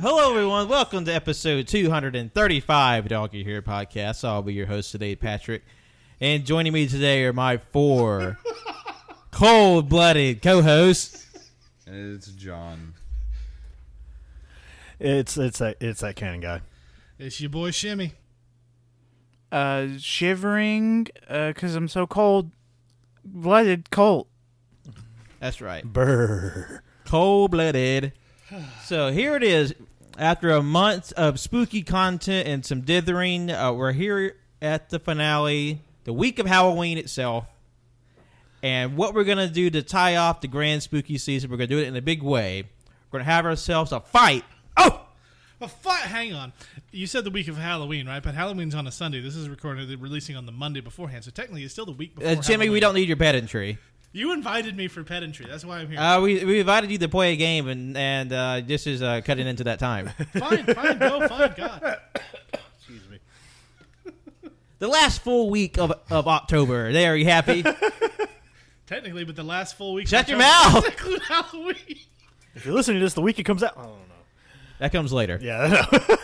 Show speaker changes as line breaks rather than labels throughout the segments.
Hello, everyone. Welcome to episode 235 of Doggy Here podcast. I'll be your host today, Patrick. And joining me today are my four cold blooded co hosts.
It's John.
It's it's that it's that kind of guy.
It's your boy Shimmy.
Uh, shivering, uh, cause I'm so cold. Blooded cold.
That's right.
Brr.
Cold blooded. So here it is. After a month of spooky content and some dithering, uh, we're here at the finale, the week of Halloween itself. And what we're going to do to tie off the grand spooky season, we're going to do it in a big way. We're going to have ourselves a fight. Oh!
Well, fi- hang on. You said the week of Halloween, right? But Halloween's on a Sunday. This is recorded, they're releasing on the Monday beforehand. So technically, it's still the week before.
Uh, Jimmy, we
Halloween.
don't need your pedantry.
You invited me for pedantry. That's why I'm here.
Uh, we, we invited you to play a game, and, and uh, this is uh, cutting into that time.
fine, fine, go, fine, God.
the last full week of, of October. There, are you happy?
Technically, but the last full week.
Shut your mouth!
Include Halloween.
If you're listening to this the week it comes out, I don't know.
that comes later.
Yeah, I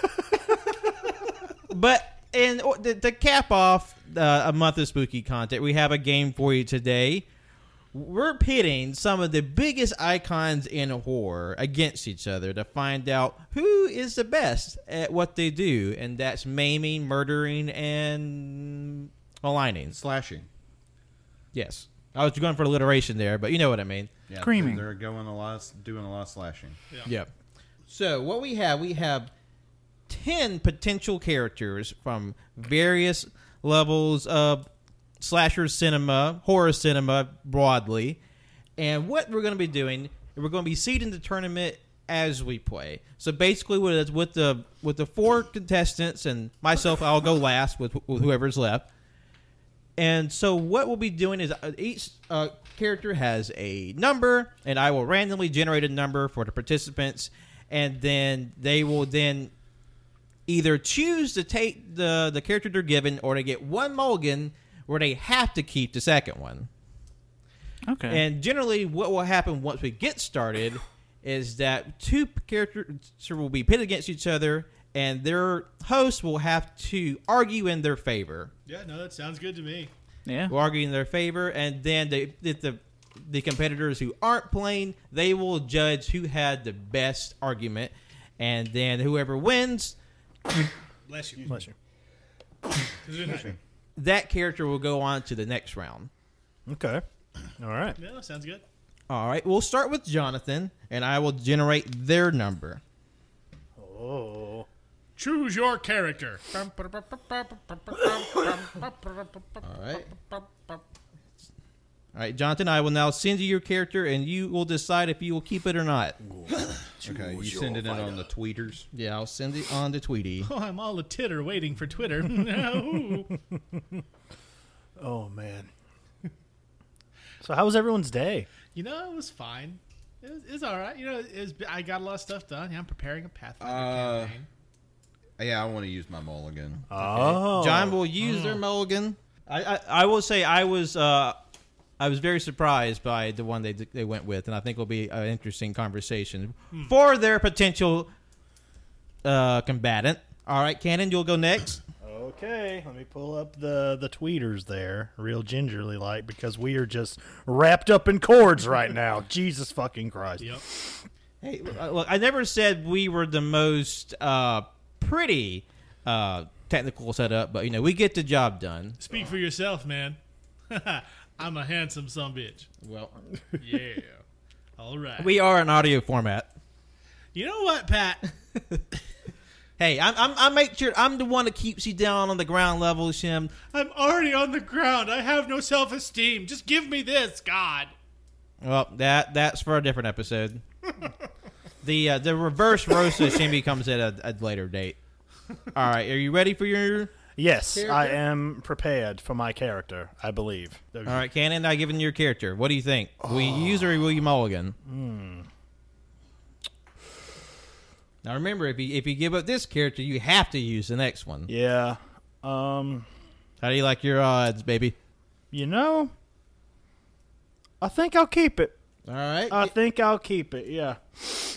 know.
But in or- to, to cap off uh, a month of spooky content, we have a game for you today. We're pitting some of the biggest icons in horror against each other to find out who is the best at what they do, and that's maiming, murdering, and aligning.
Slashing.
Yes, I was going for alliteration there, but you know what I mean.
Yeah,
Screaming.
They're going a lot, of- doing a lot of slashing.
Yep. So what we have, we have ten potential characters from various levels of slasher cinema, horror cinema broadly, and what we're going to be doing, we're going to be seeding the tournament as we play. So basically, with with the with the four contestants and myself, I'll go last with, with whoever's left. And so what we'll be doing is uh, each uh, character has a number, and I will randomly generate a number for the participants, and then they will then either choose to take the the character they're given, or they get one mulligan where they have to keep the second one.
Okay.
And generally, what will happen once we get started is that two characters will be pitted against each other, and their hosts will have to argue in their favor
Yeah, no, that sounds good to me.
yeah.
will argue in their favor, and then they, the, the the competitors who aren't playing, they will judge who had the best argument, and then whoever wins,
Bless you.
Bless you.
that character will go on to the next round.
Okay. All right.
No, sounds good.
All right, we'll start with Jonathan, and I will generate their number.
Oh.
Choose your character.
All right. All right, Jonathan, I will now send you your character, and you will decide if you will keep it or not.
Okay, you sending it on the tweeters?
Yeah, I'll send it on to Tweety.
Oh, I'm all a titter waiting for Twitter. no.
Oh man. so how was everyone's day?
You know, it was fine. It was, it was all right. You know, it was, I got a lot of stuff done. Yeah, I'm preparing a Pathfinder
Uh,
campaign.
Yeah, I want to use my mulligan.
Uh,
Oh.
John will use their mulligan. Mm. I, I, I will say I was uh, I was very surprised by the one they they went with, and I think will be an interesting conversation for their potential uh, combatant. All right, Cannon, you'll go next.
Okay, let me pull up the the tweeters there, real gingerly like, because we are just wrapped up in cords right now. Jesus fucking Christ.
Yep.
Hey, uh, look, I never said we were the most uh, pretty uh, technical setup, but you know we get the job done.
Speak for yourself, man. I'm a handsome son bitch.
Well,
Yeah. All right.
We are in audio format.
you know what, Pat?
Hey, I'm, I'm I make sure I'm the one that keeps you down on the ground level, Shim.
I'm already on the ground. I have no self esteem. Just give me this, God.
Well, that that's for a different episode. the uh, the reverse roast of Shimmy comes at a, a later date. All right, are you ready for your?
Yes, I
Character?
am prepared for my character. I believe.
All right, Cannon, I given your character. What do you think? Will you use or will you mulligan?
Hmm.
Now remember, if you if you give up this character, you have to use the next one.
Yeah. Um.
How do you like your odds, baby?
You know. I think I'll keep it.
All right,
I think I'll keep it. Yeah.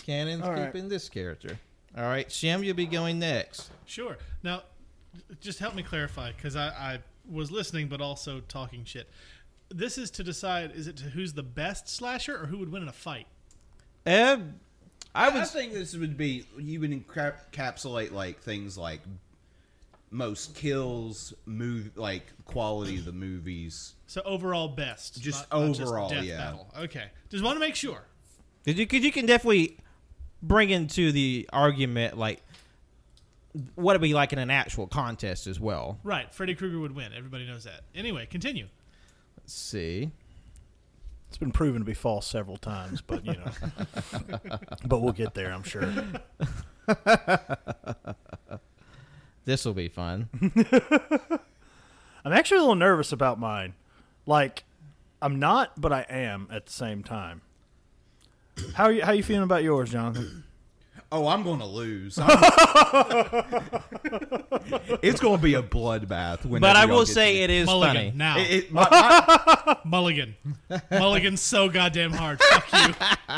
Cannon's
Uh, all right.
keeping this character. All right, Shim, you'll be going next.
Sure. Now, just help me clarify because I, I was listening but also talking shit. This is to decide is it to who's the best slasher or who would win in a fight?
Uh, I
I
would
think this would be you would encap- encapsulate like things like most kills, move like quality of the movies.
So overall best,
Just
not- not
overall,
death
yeah.
Battle. Okay, just want to make sure.
Because you, 'cause you can definitely bring into the argument like what it'd be like in an actual contest as well.
Right, Freddy Krueger would win. Everybody knows that. Anyway, continue.
Let's see.
It's been proven to be false several times, but you know. but we'll get there, I'm sure.
This will be fun.
I'm actually a little nervous about mine. Like, I'm not, but I am at the same time. How are you? How you feeling about yours, Jonathan?
Oh, I'm going to lose. I'm- it's going to be a bloodbath.
but I will say it is
Mulligan
funny.
now.
It, my- my-
Mulligan. Mulligan's so goddamn hard. Fuck you.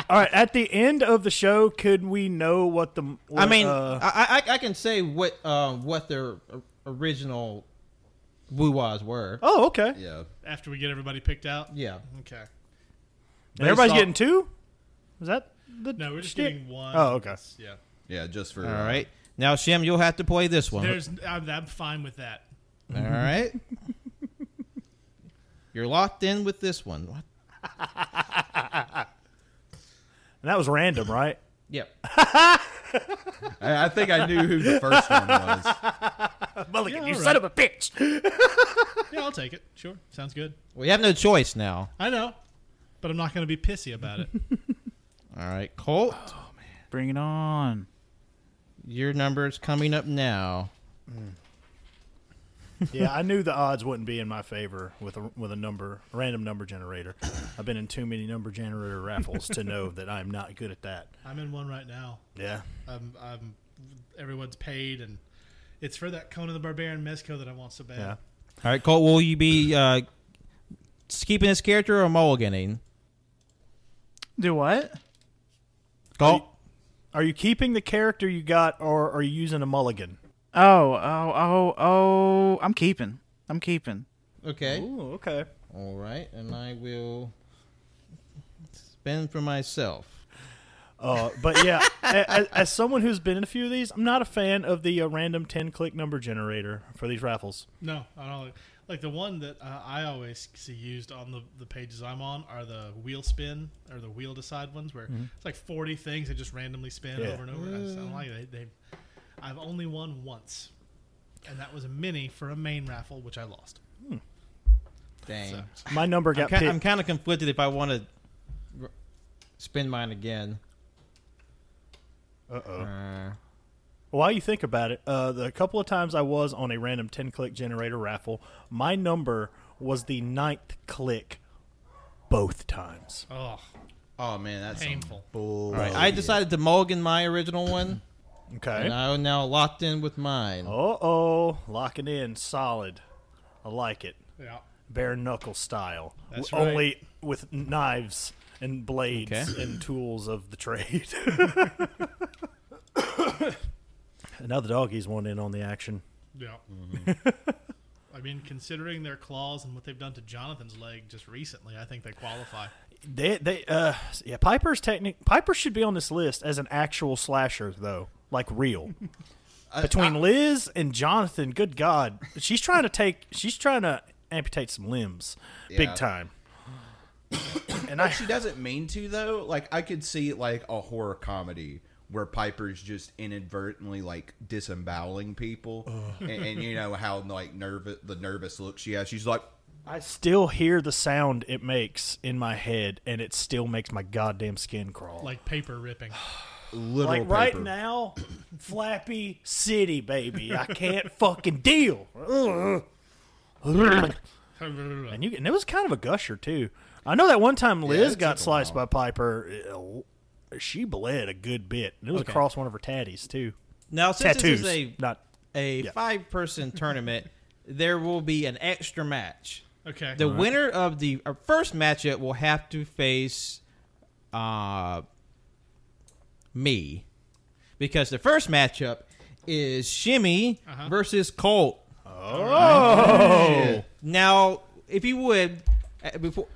All right. At the end of the show, could we know what the? What,
I mean,
uh,
I, I I can say what uh, what their o- original woo-wahs were.
oh, okay.
yeah.
After we get everybody picked out.
Yeah.
Okay.
And everybody's
off-
getting two. Was that the?
No, we're just
shtick?
getting one.
Oh, okay.
Yeah.
Yeah, just for. uh,
All right. Now, Shim, you'll have to play this one.
There's. I'm, I'm fine with that.
All right. You're locked in with this one. What?
And that was random, right?
Yep.
I, I think I knew who the first one was.
Mulligan,
Yeah, you all son right. of
a bitch.
Yeah, I'll take it. Sure. Sounds good.
We have no choice now.
I know, but I'm not going to be pissy about it.
All right, Colt,
Bring it on.
your number is coming up now.
yeah, I knew the odds wouldn't be in my favor with a with a number random number generator. I've been in too many number generator raffles to know that I'm not good at that.
I'm in one right now.
Yeah.
I'm, I'm, everyone's paid, and it's for that Conan the Barbarian Mezco that I want so bad.
Yeah.
All right, Colt, will you be uh, keeping this character or mulliganing?
Do what?
Colt,
Are you keeping the character you got or are you using a mulligan?
Oh, oh, oh, oh. I'm keeping. I'm keeping.
okay.
Ooh, okay.
All right, and I will spend for myself.
Uh, but yeah, as, as someone who's been in a few of these, I'm not a fan of the uh, random 10 click number generator for these raffles.
No, I don't like, like the one that uh, I always see used on the, the pages I'm on are the wheel spin or the wheel decide ones where it's like 40 things that just randomly spin
Yeah.
over and over. I just don't like it. They, they, I've only won once, and that was a mini for a main raffle, which I lost.
Dang.
So,
My number
I'm,
got
ki- I'm
picked.
kind of conflicted if I want to r- spend mine again.
Uh-oh.
Uh,
While you think about it, uh, the couple of times I was on a random 10 click generator raffle, my number was the ninth click both times.
oh,
Oh, man, that's some
Painful.
Bull.
all right, I decided to mulligan my original one,
Okay.
and I'm now locked in with mine.
Uh oh. Locking in. Solid. I like it.
yeah.
Bare knuckle style.
That's
W- Only with knives and blades
Okay.
and tools of the trade. and now the doggies want in on the action.
Yeah. I mean, considering their claws and what they've done to Jonathan's leg just recently, I think they qualify.
They, they, uh, yeah. Piper's technic. Piper should be on this list as an actual slasher, though, like real. Between Liz and Jonathan, good God, she's trying to take. She's trying to amputate some limbs,
Yeah.
big time. And I,
She doesn't mean to though. Like I could see like a horror comedy where Piper's just inadvertently like disemboweling people, and, and you know how like nervous the nervous look she has. She's like,
I still hear the sound it makes in my head, and it still makes my goddamn skin crawl.
like paper ripping.
literal
Like right
paper.
now, Flappy City, baby. I can't fucking deal. Ugh. and you and it was kind of a gusher too. I know that one time Liz
it
got
took a
sliced by Piper. uh, She bled a good bit, and it was across one of her tatties too.
Now, since
Tattoos,
this is a
not
a
yeah.
five person tournament, there will be an extra match.
Okay.
The winner of the uh, first matchup will have to face uh, me because the first matchup is Shimmy versus Colt. Oh. Now, if you would, uh, before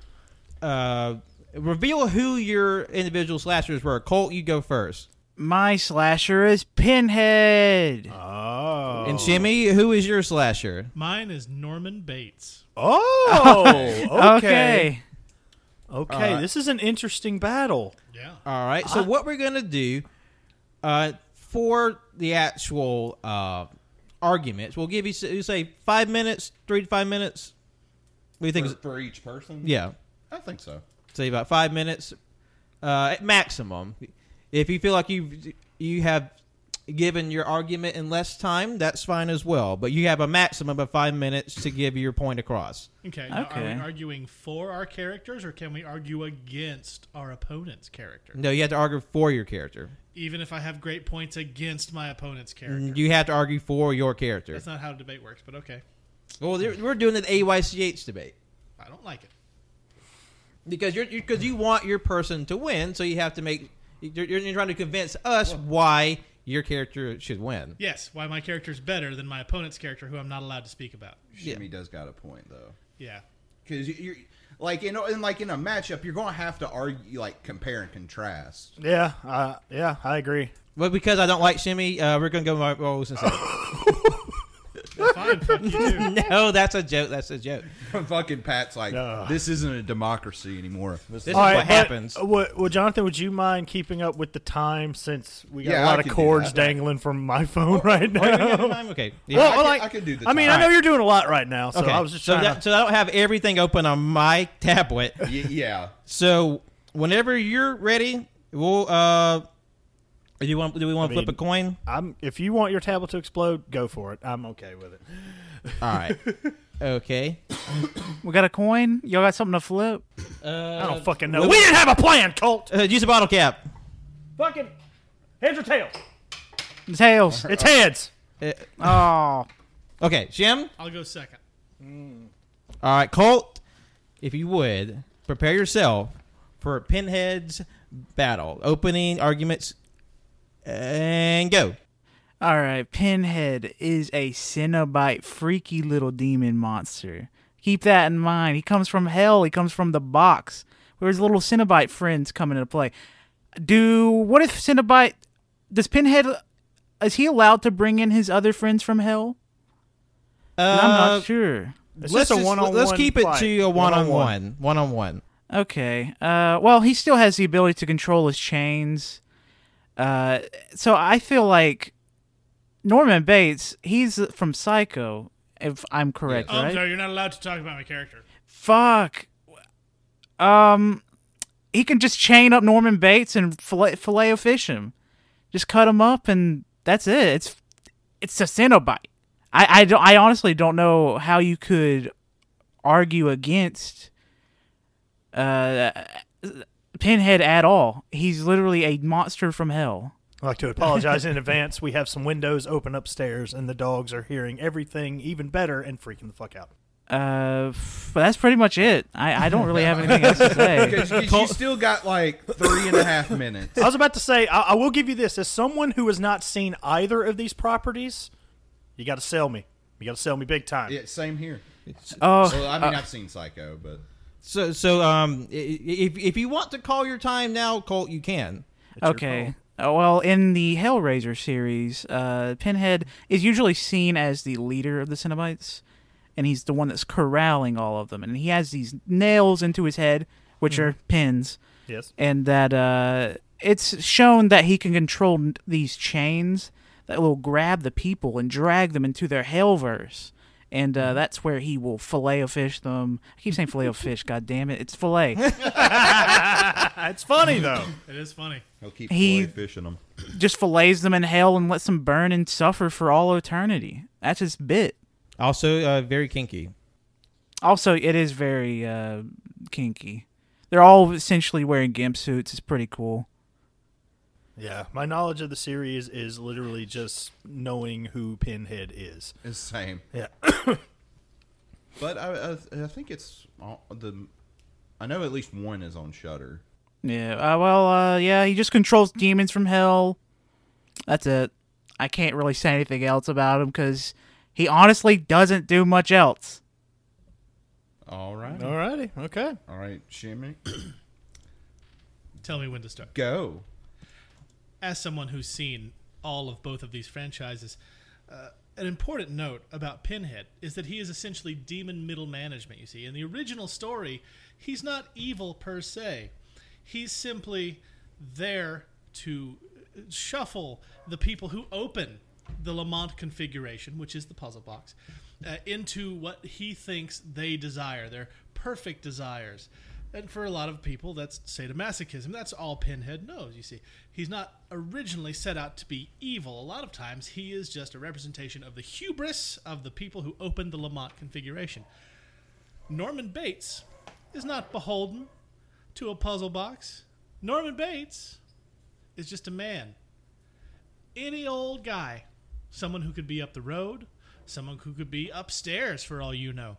uh, reveal who your individual slashers were. Colt, you go first.
My slasher is Pinhead.
Oh,
And Shimmy, who is your slasher?
Mine is Norman Bates.
oh, okay, okay.
okay.
this is an interesting battle.
Yeah.
All right. So what we're gonna do uh, for the actual uh, arguments, we'll give you s- you say five minutes, three to five minutes. What do you think?
for,
is-
for each person.
yeah,
I think so.
say about five minutes uh, at maximum. If you feel like you you have given your argument in less time, that's fine as well. But you have a maximum of five minutes to give your point across.
Okay. Now,
Okay.
Are we arguing for our characters, or can we argue against our opponent's character?
No, you have to argue for your character.
Even if I have great points against my opponent's
Mm,
character.
You have to argue for your character.
That's not how debate works, but okay.
Well, they're- we're doing an AYCH debate.
I don't like it.
because you're because you want your person to win, so you have to make you're, you're you're trying to convince us why your character should win.
Yes, why my character's better than my opponent's character, who I'm not allowed to speak about.
Shimmy does got a point though,
Yeah.
because you're like in, in like in a matchup, you're gonna have to argue like compare and contrast.
Yeah, uh, yeah, I agree.
But because I don't like Shimmy, uh, we're gonna go my roles instead.
Fine. fuck you too.
no, that's a joke. That's a joke.
Fucking Pat's like,
Ugh.
this isn't a democracy anymore.
This
This is
is
right,
what
but,
happens.
uh, Well, well, Jonathan, would you mind keeping up with the time since we got
Yeah,
a
I
lot of
can do
cords
that.
dangling from my phone right now?
I'm okay.
Well,
I can-
like-
I can do the
I mean,
time.
I know you're doing a lot right now, so
okay.
I was just
so
trying
that,
to.
so I don't have everything open on my tablet.
Y- yeah.
So whenever you're ready, we'll. Uh, do you want? Do we want to
mean-
flip a coin?
I'm, if you want your tablet to explode, go for it. I'm okay with it.
All right. okay.
We got a coin. Y'all got something to flip?
I don't fucking know. We didn't have a plan, Colt.
Uh, use a bottle cap.
Fucking heads or tails?
Tails.
It's heads.
Uh,
oh.
okay, Jim.
I'll go second.
All right, Colt, if you would prepare yourself for Pinhead's battle. Opening arguments and go.
All right, Pinhead is a Cenobite, freaky little demon monster. Keep that in mind. He comes from hell. He comes from the box, where his little Cenobite friends come into play. Do what if Cenobite? Does Pinhead? Is he allowed to bring in his other friends from hell? I'm
Uh,
not sure.
It's
let's
just a
just-
one-on-one
Let's keep it
fight.
to a one on one. One on one.
Okay. Uh, well, he still has the ability to control his chains. Uh, so I feel like Norman Bates, he's from Psycho, if I'm correct,
Oh, I'm
right?
sorry, you're not allowed to talk about my character.
Fuck. Um, he can just chain up Norman Bates and fillet, fillet fish him. Just cut him up, and that's it. It's it's a Cenobite. I I don't. I honestly don't know how you could argue against uh Pinhead at all. He's literally a monster from hell.
I'd like to apologize in advance. We have some windows open upstairs, and the dogs are hearing everything even better and freaking the fuck out.
Uh, f- that's pretty much it. I I don't really have anything else to say.
Because you still got like three and a half minutes.
I was about to say, I, I will give you this: as someone who has not seen either of these properties, you got to sell me. You got to sell me big time.
Yeah, same here.
Oh,
Well, I mean, I've seen Psycho, but
So, so um, i- i- if, if you want to call your time now, Colt, you can.
your
okay. Uh, well, in the Hellraiser series, uh, Pinhead is usually seen as the leader of the Cenobites, and he's the one that's corralling all of them. And he has these nails into his head which are pins,
Mm-hmm. Yes.
and that uh, it's shown that he can control n- these chains that will grab the people and drag them into their hellverse. And
Mm-hmm.
uh, that's where he will fillet of fish them. I keep saying fillet of fish. God damn it, it's fillet.
It's funny though.
It is funny.
He'll keep
He-
he, fishing them.
Just fillets them in hell and lets them burn and suffer for all eternity. That's his bit.
Also, uh, very kinky.
Also, it is very uh, kinky. They're all essentially wearing gimp suits. It's pretty cool.
yeah. My knowledge of the series is literally just knowing who Pinhead is.
It's the same.
Yeah.
But I, I, I think it's all the. I know at least one is on Shutter.
Yeah. Uh, well, uh, yeah, he just controls demons from hell. That's it. I can't really say anything else about him because he honestly doesn't do much else.
All right,
Alrighty. Okay.
all right, Shimmy,
Tell me when to start.
go.
As someone who's seen all of both of these franchises, uh, an important note about Pinhead is that he is essentially demon middle management, you see. In the original story, he's not evil per se, he's simply there to shuffle the people who open the Lamont configuration, which is the puzzle box, uh, into what he thinks they desire, their perfect desires. And for a lot of people, that's sadomasochism. That's all Pinhead knows, you see. He's not originally set out to be evil. A lot of times, he is just a representation of the hubris of the people who opened the Lamont configuration. Norman Bates is not beholden to a puzzle box. Norman Bates is just a man. Any old guy. Someone who could be up the road, someone who could be upstairs for all you know.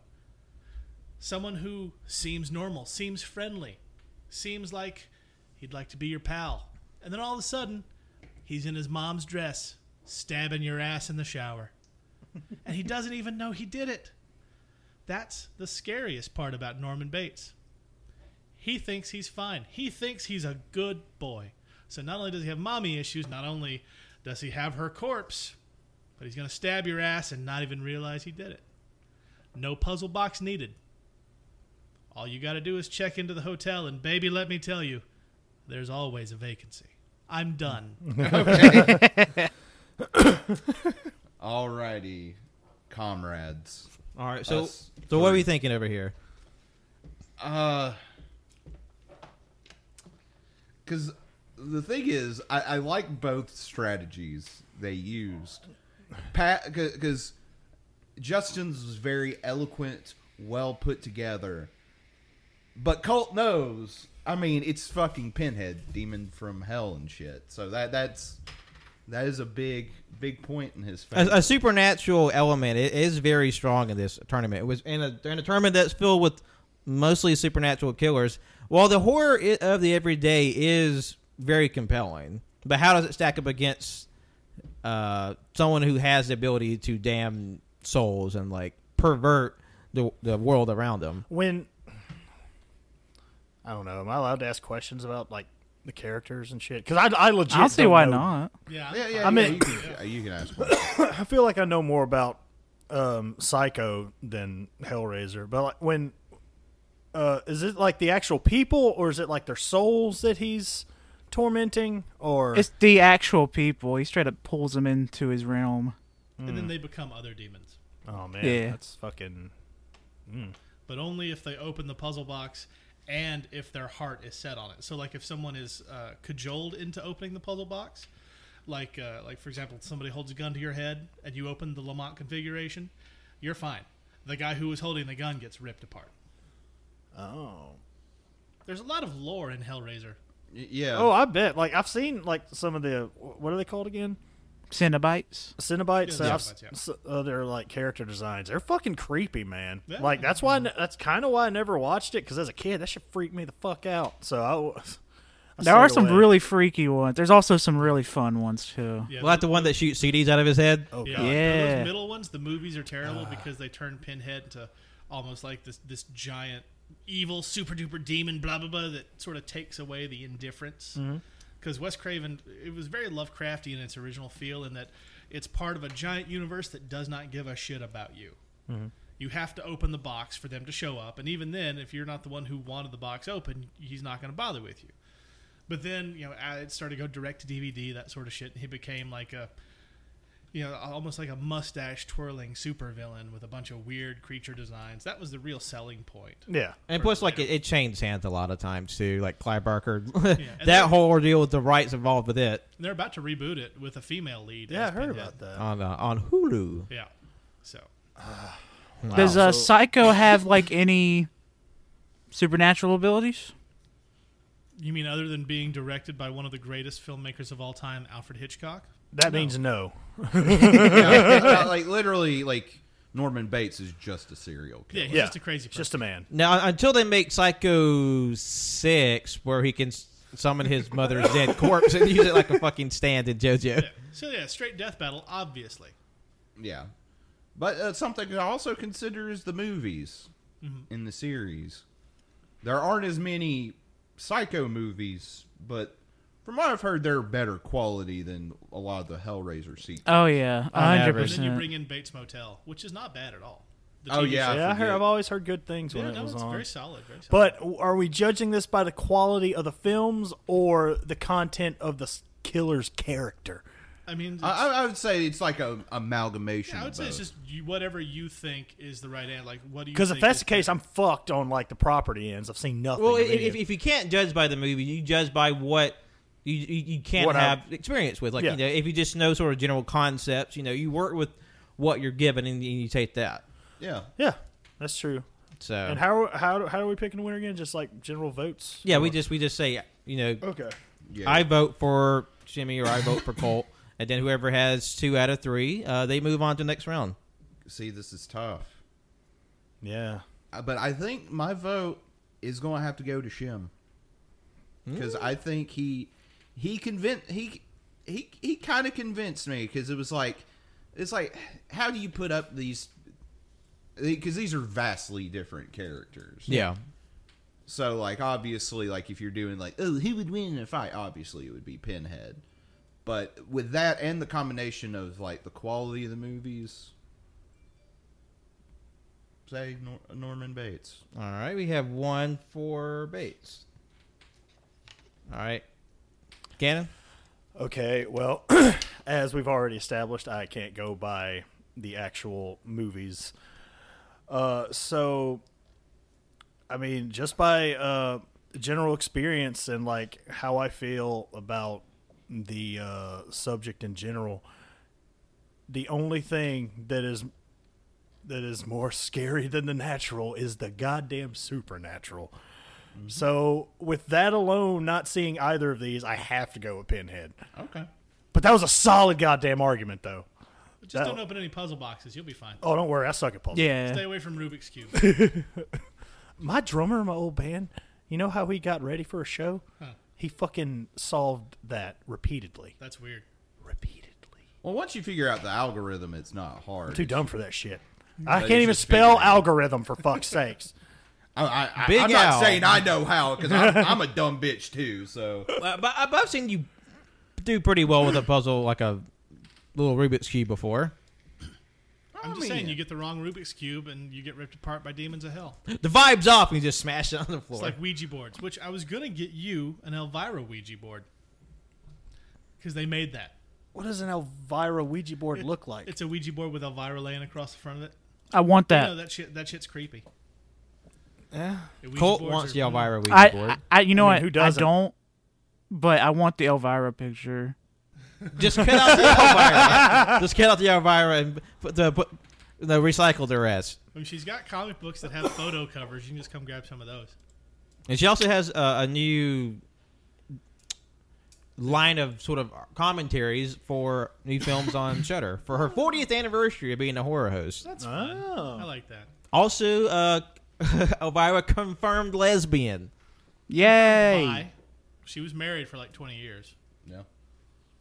Someone who seems normal, seems friendly, seems like he'd like to be your pal. And then all of a sudden, he's in his mom's dress, stabbing your ass in the shower. and he doesn't even know he did it. That's the scariest part about Norman Bates he thinks he's fine. He thinks he's a good boy. So not only does he have mommy issues, not only does he have her corpse, but he's going to stab your ass and not even realize he did it. No puzzle box needed. All you got to do is check into the hotel, and baby, let me tell you, there's always a vacancy. I'm done.
Alrighty, comrades.
All right. So,
Us
Uh, so what are we thinking over here?
Uh, because the thing is, I, I like both strategies they used. Pat, because Justin's was very eloquent, well put together. But Colt knows. I mean, it's fucking Pinhead, demon from hell and shit. So that that's that is a big big point in his
a,
favor.
a supernatural element it is very strong in this tournament. It was in a, in a tournament that's filled with mostly supernatural killers. While the horror i- of the everyday is very compelling, but how does it stack up against uh, someone who has the ability to damn souls and like pervert the the world around them?
When I don't know, am I allowed to ask questions about like the characters and shit? Because I, I legit
I don't see
don't
why
know-
not.
Yeah.
yeah, yeah,
I
I
mean-
mean, you can, you can ask. questions.
I feel like I know more about um, Psycho than Hellraiser, but like when uh, is it like the actual people or is it like their souls that he's tormenting or
It's the actual people. He straight up pulls them into his realm.
And then they become other demons.
oh man
Yeah.
that's fucking
but only if they open the puzzle box and if their heart is set on it. So, like if someone is uh, cajoled into opening the puzzle box, like uh, like for example, somebody holds a gun to your head and you open the Lamont configuration, you're fine. The guy who was holding the gun gets ripped apart.
oh
There's a lot of lore in Hellraiser.
yeah.
oh I bet like I've seen like some of the what are they called again
Cenobites.
Cenobites Uh,
Yeah,
yeah,
Cenobites, yeah.
other like character designs they're fucking creepy man
Yeah.
like that's why I ne- that's kind of why I never watched it because as a kid that shit freaked me the fuck out so I was I
There are
stayed
some
away.
really freaky ones. There's also some really fun ones too.
Yeah,
Like the one that shoots CDs out of his head.
oh
yeah,
god Ah.
Yeah.
those middle ones, the movies are terrible because they turn Pinhead into almost like this this giant evil super duper demon blah blah blah that sort of takes away the indifference. Because Wes Craven, it was very Lovecrafty in its original feel, in that it's part of a giant universe that does not give a shit about you. You have to open the box for them to show up, and even then, if you're not the one who wanted the box open, he's not going to bother with you. But then, you know, uh, it started to go direct to DVD, that sort of shit. And he became like a, you know, almost like a mustache twirling supervillain with a bunch of weird creature designs. That was the real selling point.
Yeah.
And plus, like it, it changed hands a lot of times too. Like Clive Barker,
then-
that whole ordeal with the rights involved with it
And they're about to reboot it with a female lead.
Yeah, I
as
heard
Pinhead.
about that.
on uh, on Hulu.
Yeah. So
Does uh, Psycho have like any supernatural abilities?
you mean other than being directed by one of the greatest filmmakers of all time, Alfred Hitchcock?
That means no.
Yeah, like literally, like Norman Bates is just a serial
Yeah,
killer.
he's
yeah.
just a crazy person.
Just a man.
Now, until they make Psycho Six, where he can s- summon his mother's dead corpse and use it like a fucking stand in JoJo.
Yeah. So yeah, straight death battle, obviously.
Yeah. But uh, something that also considers the movies
Mm-hmm.
in the series. There aren't as many psycho movies, but from what I've heard, they're better quality than a lot of the Hellraiser sequels.
Oh yeah, a hundred
And then you
percent.
bring in Bates Motel, which is not bad at all. The
Oh,
TV
yeah.
show-
I
Yeah, I heard,
forget.
I've always heard good things when
yeah,
it
no,
was
it's
on.
very solid, very solid.
But w- are we judging this by the quality of the films or the content of the s- killer's character?
I mean, it's-
I, I- I would say it's like a amalgamation.
yeah, I would
of
say it's
both.
just you, whatever you think is the right answer. Like, what do you?
Because if
think
that's
is
the case, I'm fucked on like the property ends. I've seen nothing.
Well,
of
if,
any
if,
of-
if you can't judge by the movie, you judge by what you you, you can't
What I-
have experience with. Like
Yeah.
you know, if you just know sort of general concepts, you know, you work with what you're given and, you- you take that.
yeah.
yeah, that's true.
So
And how how how are we picking a winner again? Just like general votes?
yeah, we just we just say you know
okay.
yeah.
I vote for Jimmy or I vote for Colt, and then whoever has two out of three, uh, they move on to the next round.
see this is tough,
Yeah.
Uh, but I think my vote is going to have to go to Shim because I think he he convinced he he he kind of convinced me because it was like it's like how do you put up these because these are vastly different characters.
Yeah,
So like obviously like if you're doing like oh who would win in a fight obviously it would be Pinhead. But with that and the combination of like the quality of the movies say Nor- Norman Bates.
All right, we have one for Bates. All right, Gannon.
Okay. Well, as we've already established, I can't go by the actual movies. Uh, so, I mean, just by uh, general experience and like how I feel about the uh, subject in general, the only thing that is that is more scary than the natural is the goddamn supernatural. So, with that alone, not seeing either of these, I have to go with Pinhead.
Okay.
But that was a solid goddamn argument, though.
Just
that-
don't open any puzzle boxes. You'll be fine.
Oh, don't worry, I suck at puzzles.
Stay
Yeah,
away from Rubik's cube.
My drummer in my old band, you know how he got ready for a show?
Huh.
He fucking solved that repeatedly.
That's weird.
Repeatedly.
Well, once you figure out the algorithm, it's not hard.
Too dumb for Mm. that shit. I
But
can't
you
even
should
spell
figure it out.
algorithm for fuck's sakes.
I, I, I,
Big
I'm
Al.
not saying I know how because I'm, I'm a dumb bitch too. So
Uh, but, but I've seen you do pretty well with a puzzle like a little Rubik's cube before.
I'm just saying, you get the wrong Rubik's cube and you get ripped apart by demons of hell. It's
The vibe's off, and you just smash it on the floor.
like Ouija boards, which I was gonna get you an Elvira Ouija board because they made that.
what does an Elvira Ouija board look like?
It's a Ouija board with Elvira laying across the front of it.
I want
No,
that.
that shit. That shit's creepy. Yeah.
Colt wants the Elvira Ouija
I,
board.
I, I- you know
I mean, who
what? I
doesn't?
don't. But I want the Elvira picture.
just cut out the Elvira. just cut out the Elvira and put the put the recycle the rest.
I mean, she's got comic books that have photo covers. You can just come grab some of those.
And she also has uh, a new line of sort of commentaries for new films on Shutter for her 40th anniversary of being a horror host.
That's fun.
Oh.
I like that.
Also, uh, Elvira confirmed lesbian.
Yay!
Bye. She was married for like 20 years.
yeah.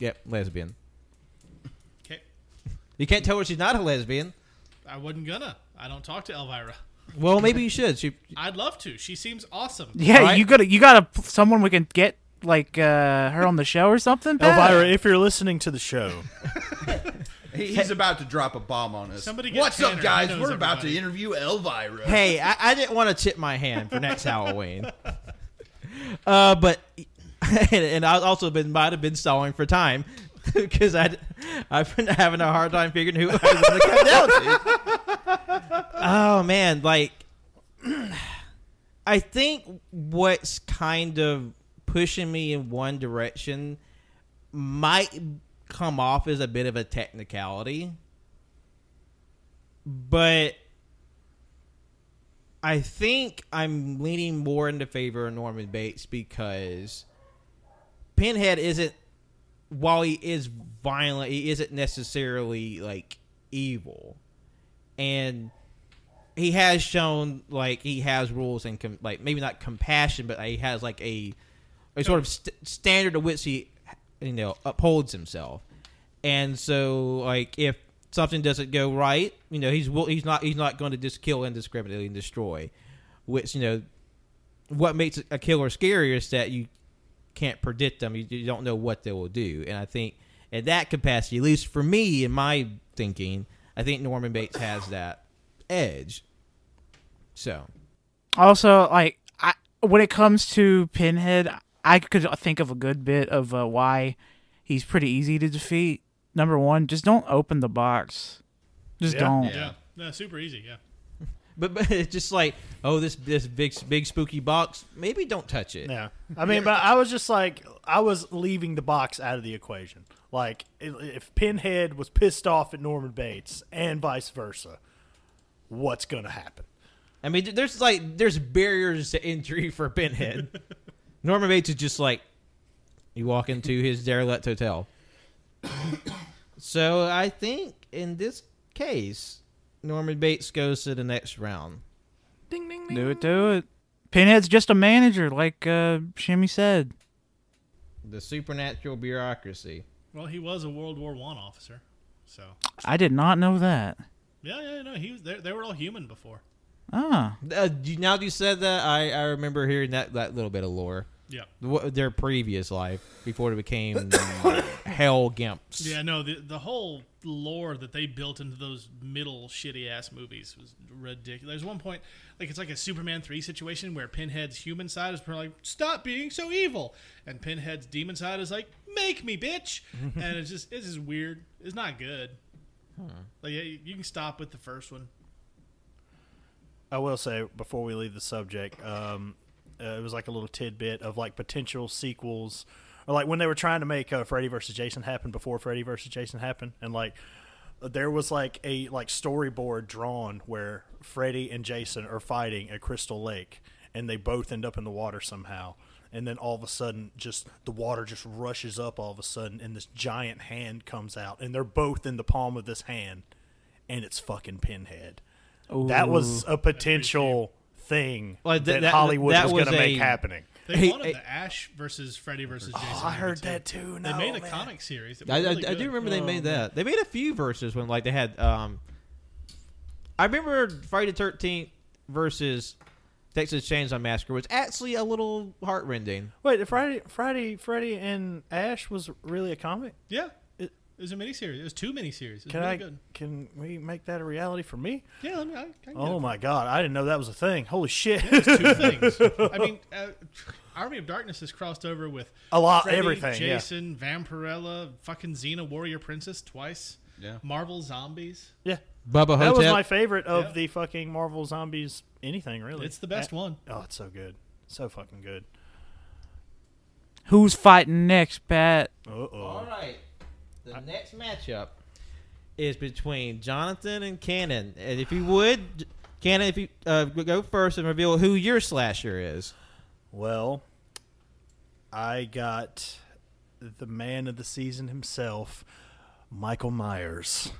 Yep, lesbian.
Okay.
You can't tell her she's not a lesbian.
I wasn't gonna. I don't talk to Elvira.
Well, maybe you should. She,
I'd love to. She seems awesome.
Yeah,
All right.
you gotta, you gotta, p- someone we can get like uh her on the show or something. Pat?
Elvira, if you're listening to the show,
He- He's about to drop a bomb on us.
Somebody get
What's
Tanner.
up,
He
guys?
knows
We're about to
everybody.
interview Elvira.
hey, I, I didn't want to tip my hand for next Halloween. Uh, but and, and I also been might have been stalling for time because I I've been having a hard time figuring who I was going to cut down to. Oh man, like I think what's kind of pushing me in one direction might come off as a bit of a technicality, but I think I'm leaning more into favor of Norman Bates because Pinhead isn't while he is violent, he isn't necessarily like evil, and he has shown like he has rules and com- like maybe not compassion, but he has like a a sort of st- standard to which he you know upholds himself, and so like if something doesn't go right, you know he's will- he's not he's not going to just kill indiscriminately and destroy, which you know what makes a killer scarier is that you can't predict them. You, you don't know what they will do. And I think in that capacity, at least for me in my thinking, I think Norman Bates has that edge. So
Also, like I, when it comes to Pinhead, I could think of a good bit of uh, why he's pretty easy to defeat. Number one, just don't open the box. Just
Yeah.
don't.
Yeah.
No, super easy. Yeah.
but, but it's just like, oh, this this big big spooky box. Maybe don't touch it.
Yeah. I mean, but I was just like, I was leaving the box out of the equation. Like, i- if Pinhead was pissed off at Norman Bates and vice versa, what's going to happen?
I mean, th- there's like there's barriers to entry for Pinhead. Norman Bates is just like you walk into his derelict hotel. so I think in this case, Norman Bates goes to the next round.
Do it, do it. Pinhead's just a manager, like uh, Shimmy said.
The supernatural bureaucracy.
Well, he was a World War One officer, so
I did not know that.
yeah, yeah, no, he was. They, they were all human before.
Ah,
Uh, you, now that you said that, I, I remember hearing that, that little bit of lore.
Yeah.
What, their previous life before it became uh, Hell Gimps.
Yeah, no, the the whole lore that they built into those middle shitty ass movies was ridiculous. There's one point, like it's like a Superman three situation where Pinhead's human side is probably like, "Stop being so evil," and Pinhead's demon side is like, "Make me, bitch," and it's just it's just weird. It's not good. Like yeah, you you can stop with the first one.
I will say before we leave the subject, um, uh, it was like a little tidbit of like potential sequels, or like when they were trying to make uh, Freddy versus Jason happen before Freddy versus Jason happened, and like there was like a like storyboard drawn where Freddy and Jason are fighting at Crystal Lake, and they both end up in the water somehow. And then all of a sudden, just the water just rushes up all of a sudden, and this giant hand comes out, and they're both in the palm of this hand, and it's fucking Pinhead. That was a potential thing
Like, th-
that,
that-
Hollywood
that
was,
was
going to make
a-
happening.
They
Hey,
wanted
hey.
the Ash versus Freddy versus Jason.
Oh, I
movie,
heard that too.
They
No,
made a
man.
comic series. That
I,
was
I-
really
I, do
good.
remember they made that. They made a few verses when like they had. Um, I remember Friday the Thirteenth versus Texas Chainsaw Massacre was actually a little heartrending.
Wait, Friday, Friday, Freddy and Ash was really a comic.
Yeah. It,
It-
was a miniseries. It was two miniseries. It was
Can
really
I?
good.
Can we make that a reality for me?
Yeah, let me. I, I can get
Oh
it.
my god, I didn't know that was a thing. Holy shit!
two things. I mean, uh, Army of Darkness has crossed over with
A lot-
Freddy,
everything, yeah.
Jason, Vampirella, fucking Xena, Warrior Princess twice.
Yeah.
Marvel Zombies.
yeah,
Bubba
that
Hotep.
was my favorite of
Yeah.
the fucking Marvel zombies. Anything really?
It's the best
A-
one.
Oh, it's so good, so fucking good.
who's fighting next, Pat?
Uh oh.
All right. The next matchup is between Jonathan and Cannon. And if you would, Cannon, if you uh, go first and reveal who your slasher is.
Well, I got the man of the season himself, Michael Myers.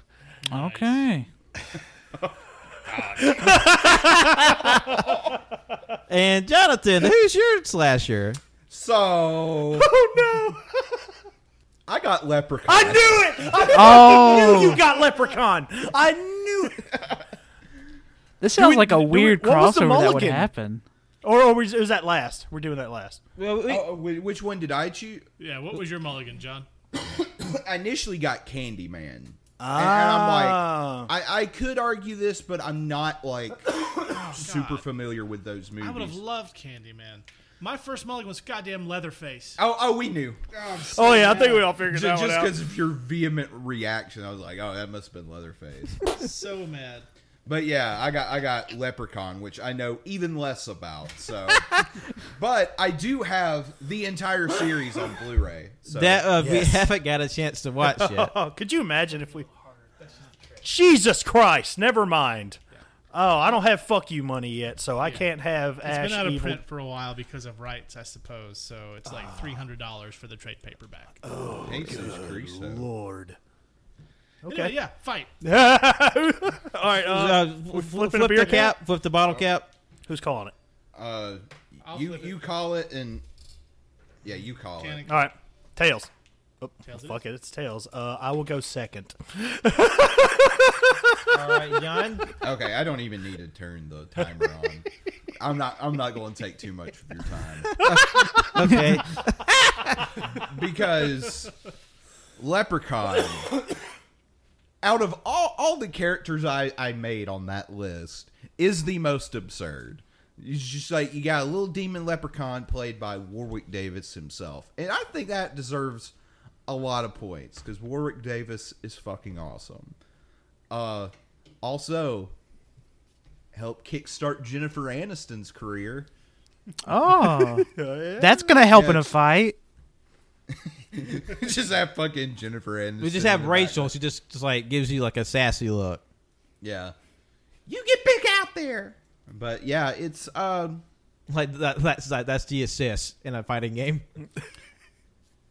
Okay.
And Jonathan, who's your slasher?
So
Oh no!
I got leprechaun.
I knew it! I knew you
Oh,
got Leprechaun. I knew it.
this sounds
we-
like a
do we-
weird
what was the
crossover that would
mulligan?
happen.
Or, or was, was that last? We're doing that last.
Well, we,
Oh, wh- which one did I choose?
Yeah, what was your mulligan, John?
I initially got Candyman. And, and I'm
Ah.
like, I, I could argue this, but I'm not like super familiar with those movies.
I would have loved Candyman. My first mulligan was goddamn Leatherface.
oh, oh, we knew.
Oh yeah, I think we all figured
Ju-
that
just
one out.
because of your vehement reaction, I was like, "Oh, that must have been Leatherface."
so mad.
but yeah, I got I got Leprechaun, which I know even less about. So, but I do have the entire series on Blu-ray. So
That uh, we
Yes.
haven't got a chance to watch yet.
Oh, could you imagine if we? Jesus Christ! Never mind. Oh, I don't have fuck you money yet, so I can't have
It's
Ash
been out of
Evil.
print for a while because of rights, I suppose. So it's like three hundred dollars for the trade paperback.
Jesus Christ, though.
Lord.
Anyway,
Okay.
yeah, fight.
All right.
Uh,
Uh,
fl-
we're
fl-
flipping a
flip
beer
the cap, flip the bottle cap.
who's calling it?
Uh,
I'll
you
flip it.
you call it and yeah, you call it.
Can it-
All right. Tails. Oh,
Tails it
fuck it. It's tails. Uh, I will go second.
All right, Jan.
Okay, I don't even need to turn the timer on. I'm not I'm not going to take too much of your time
Okay,
because Leprechaun out of all all the characters I I made on that list is the most absurd. It's just like you got a little demon leprechaun played by Warwick Davis himself. And I think that deserves a lot of points cuz Warwick Davis is fucking awesome. Uh also help kickstart Jennifer Aniston's career.
Oh, that's gonna help in a fight.
just have fucking Jennifer Aniston.
we just
in
have
the
Rachel.
background.
She just, just like gives you like a sassy look.
Yeah. You get big out there. But yeah, it's um
Like that, that's that, that's the assist in a fighting game.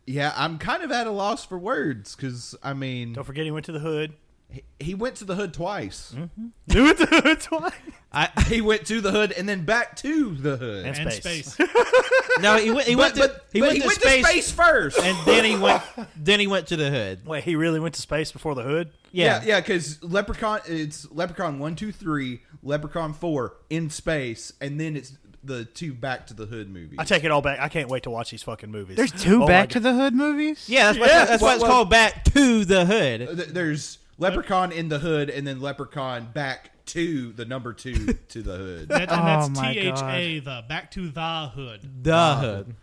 yeah, I'm kind of at a loss for words cuz I mean
Don't forget he went to the hood.
he went to the hood twice.
Hmm?
He went to the hood twice.
I
He went to the hood and then back to the hood.
And
and
space.
space.
no, he went. He went.
but,
To,
but,
he
but
went, to, space,
first.
and then he went. Then he went to the hood.
Wait, he really went to space before the hood?
yeah, yeah, because Leprechaun it's Leprechaun one, two, three, Leprechaun four in space, and then it's the two back to the hood movies.
I take it all back. I can't wait to watch these fucking movies.
There's two
Oh,
Back
my
to the Hood movies.
Yeah, that's, why,
Yeah.
that's why it's
Well, well-
called Back to the Hood.
Th- There's Leprechaun in the hood, and then Leprechaun back to the number two to the hood.
That- and that's
Oh my
T H A the back to the hood.
The Hood.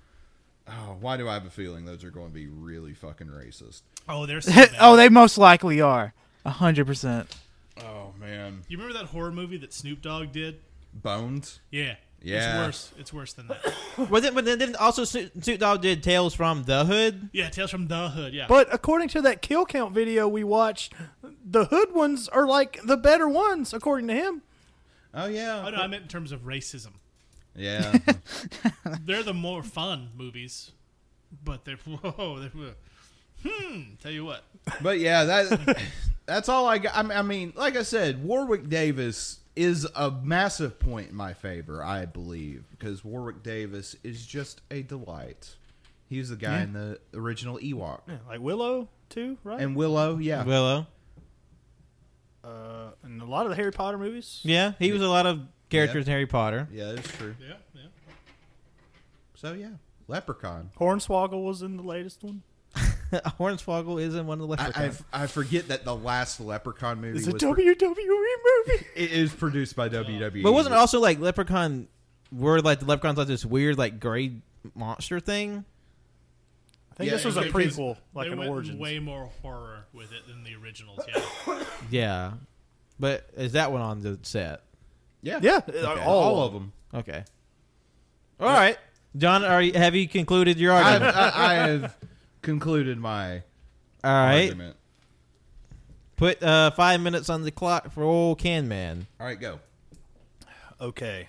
Oh, why do I have a feeling those are going to be really fucking racist?
Oh, there's so bad.
oh, they most likely are. A hundred percent.
Oh man,
You remember that horror movie that Snoop Dogg did?
Bones.
Yeah.
Yeah.
It's worse. It's worse than that.
But then, but then didn't also Snoop Snoop Dogg did Tales from the Hood.
Yeah, Tales from the Hood. Yeah.
But according to that kill count video we watched, the hood ones are like the better ones, according to him.
Oh yeah,
oh no, I meant in terms of racism.
yeah.
They're the more fun movies, but they're whoa. They're, uh, hmm. Tell you what.
but yeah, that that's all I got. I mean- I mean, like I said, Warwick Davis is a massive point in my favor, I believe, because Warwick Davis is just a delight. He was the guy in the original Ewok
Like Willow, too, right? And,
and Willow. Yeah,
Willow.
uh, and a lot of the Harry Potter movies.
Yeah, he was a lot of characters in Harry Potter.
yeah, that's true.
Yeah. Yeah.
So yeah, Leprechaun.
Hornswoggle was in the latest one.
Hornswoggle is in one of the
I, I,
leprechauns.
I forget that the last Leprechaun movie
It's a
was pro-
WWE movie.
it is produced by E. WWE.
But wasn't it also like leprechaun? Were like the leprechauns like this weird like gray monster thing?
I think
Yeah,
this was a
it- it's-
prequel, like
they
an
went
origin.
way more horror with it than the originals. Yeah.
Yeah, but is that one on the set?
Yeah,
Yeah,
Okay.
all,
all
of
of
them.
them.
Okay. All right, John. Are you, have you concluded your
I've,
argument?
I, I have concluded my
All right.
argument.
Put uh, five minutes on the clock for old Can Man.
All right, go.
Okay.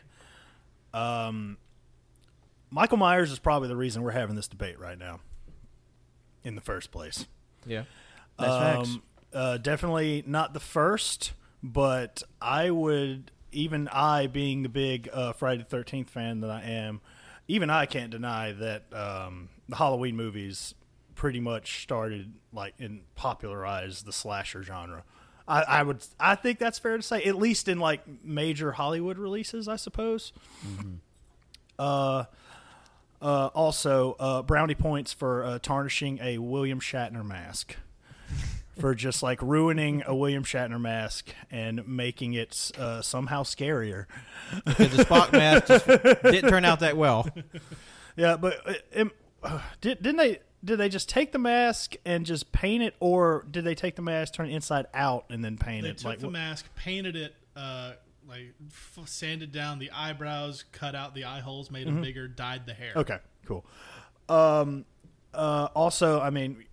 Um, Michael Myers is probably the reason we're having this debate right now. In the first place.
Yeah.
Um, uh, definitely not the first, but I would even I being the big uh, Friday the Thirteenth fan that I am, even I can't deny that um, the Halloween movies pretty much started like and popularized the slasher genre. I, I would I think that's fair to say at least in like major Hollywood releases, I suppose. Uh, uh, also, uh, brownie points for uh, tarnishing a William Shatner mask for just like ruining a William Shatner mask and making it uh, somehow scarier.
Because the Spock mask just didn't turn out that well.
Yeah, but uh, um, uh, did, didn't they? Did they just take the mask and just paint it, or did they take the mask, turn it inside out, and then paint
They
it?
took the mask, painted it, uh, like f- sanded down the eyebrows, cut out the eye holes, made them bigger, dyed the hair.
Mm-hmm. Okay, cool. Um, uh, also, I mean,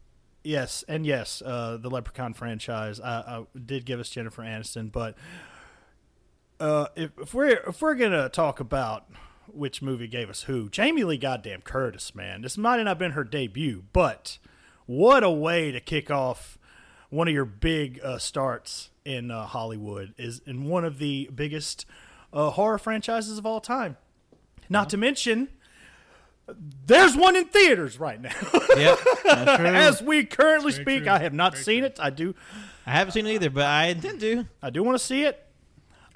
yes, and yes, uh, the Leprechaun franchise I, I did give us Jennifer Aniston, but uh, if, if we're if we're gonna talk about which movie gave us who, Jamie Lee Goddamn Curtis, man, this might not have been her debut, but what a way to kick off one of your big uh, starts in uh, Hollywood is in one of the biggest uh, horror franchises of all time. Not to mention, there's one in theaters right now.
Yep.
As we currently
Very
speak,
true.
I have not
Very
seen
true.
it. I do,
I haven't seen it either, but I intend to.
I do want to see it.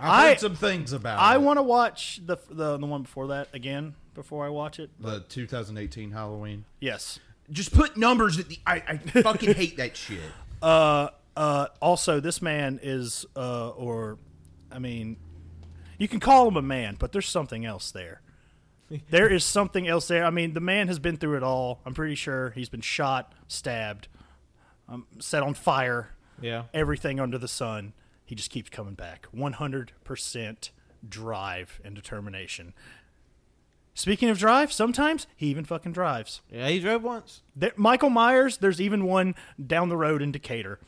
I've
I-
heard some things about
I
it.
want to watch the, the the one before that again before I watch it.
the 2018 Halloween.
Yes.
Just put numbers at the. I, I fucking hate that shit.
Uh, uh, also, this man is, uh, or, I mean, you can call him a man, but there's something else there. There is something else there. I mean, the man has been through it all. I'm pretty sure he's been shot, stabbed, um, set on fire.
Yeah.
everything under the sun. He just keeps coming back. 100% drive and determination. Speaking of drive, sometimes he even fucking drives.
Yeah, he drove once.
There, Michael Myers, there's even one down the road in Decatur.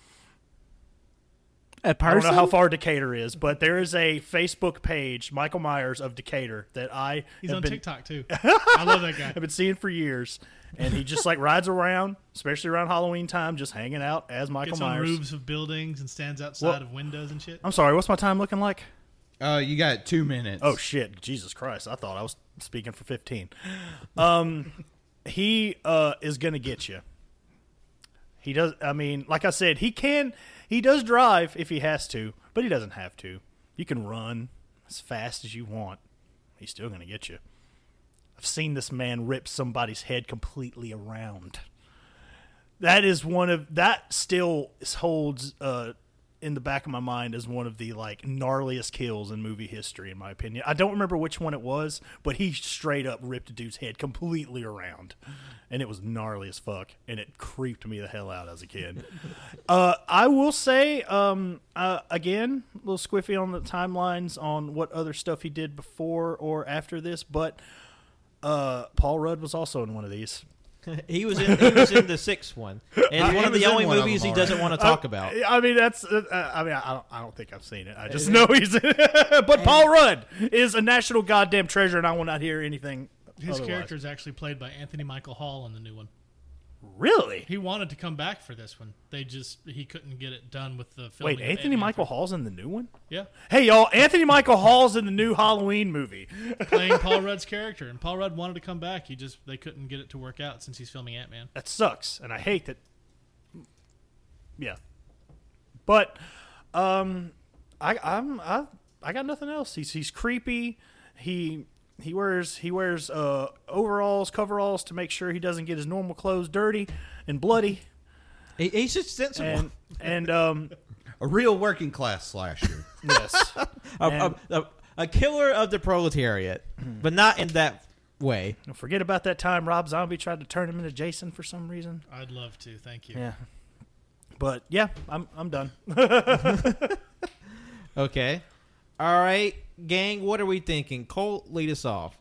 A
I
person?
don't know how far Decatur is, but there is a Facebook page, Michael Myers of Decatur, that I
He's
have
on
been,
TikTok too. I love that guy.
I've been seeing for years. And he just like rides around, especially around Halloween time, just hanging out as Michael
Gets on
Myers.
roofs of buildings and stands outside
Well-
of windows and shit.
I'm sorry, what's my time looking like?
Uh, you got two minutes.
Oh shit, Jesus Christ. I thought I was speaking for 15. Um he uh is going to get you. He does I mean, like I said, he can he does drive if he has to, but he doesn't have to. You can run as fast as you want. He's still going to get you. I've seen this man rip somebody's head completely around. That is one of that still is- holds uh, in the back of my mind as one of the like gnarliest kills in movie history, in my opinion. I don't remember which one it was, but he straight up ripped a dude's head completely around, and it was gnarly as fuck, and it creeped me the hell out as a kid. uh, I will say um, uh, again, a little squiffy on the timelines on what other stuff he did before or after this, but uh, Paul Rudd was also in one of these.
He was in, he was in the sixth one. And it's one
he
of the
was in
only
one of
movies
them, Uh,
he
all right.
doesn't want to talk about.
Oh.
I mean, that's. Uh, uh, I mean, I I don't, I don't think I've seen it. I just know he's. but Paul Rudd is a national goddamn treasure, and I will not hear anything.
His
otherwise.
character is actually played by Anthony Michael Hall in the new one.
Really?
He wanted to come back for this one. They just he couldn't get it done with the film.
Wait, Anthony Michael Hall's in the new one.
Yeah,
Hey, y'all! Anthony Michael Hall's in the new Halloween movie.
playing Paul Rudd's character, and Paul Rudd wanted to come back. He just they couldn't get it to work out since he's filming Ant Man.
That sucks, and I hate that. Yeah, but um, I I'm I I got nothing else. He's he's creepy. He he wears he wears uh overalls coveralls to make sure he doesn't get his normal clothes dirty and bloody
He, he's just sensible.
and and um
A real working class slasher.
yes
uh,
a, a, a, a killer of the proletariat, but not in that way.
Don't forget about that time Rob Zombie tried to turn him into Jason for some reason.
I'd love to. Thank you.
Yeah, but yeah, I'm I'm done.
Okay. All right, gang, what are we thinking? Cole, lead us off.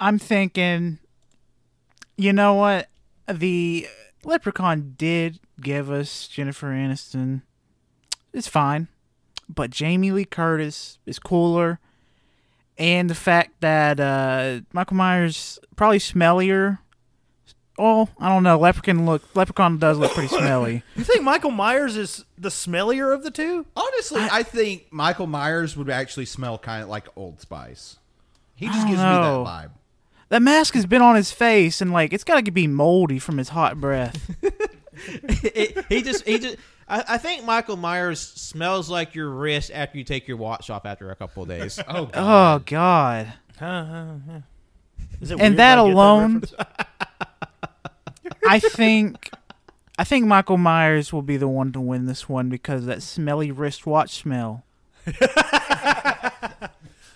I'm thinking, you know what? The Leprechaun did give us Jennifer Aniston. It's fine. But Jamie Lee Curtis is cooler. And the fact that uh, Michael Myers probably smellier. Oh, I don't know. Leprechaun look. Leprechaun does look pretty smelly.
You think Michael Myers is the smellier of the two?
Honestly, I, think Michael Myers would actually smell kind of like Old Spice. He just
don't
gives
know.
me that vibe.
That mask has been on his face, and like it's got to be moldy from his hot breath.
It- he just, he just. I, I think Michael Myers smells like your wrist after you take your watch off after a couple of days.
Oh, God.
Oh God.
Is it
And
weird I
that
get
alone-
reference?
I think I think Michael Myers will be the one to win this one because that smelly wristwatch smell.
I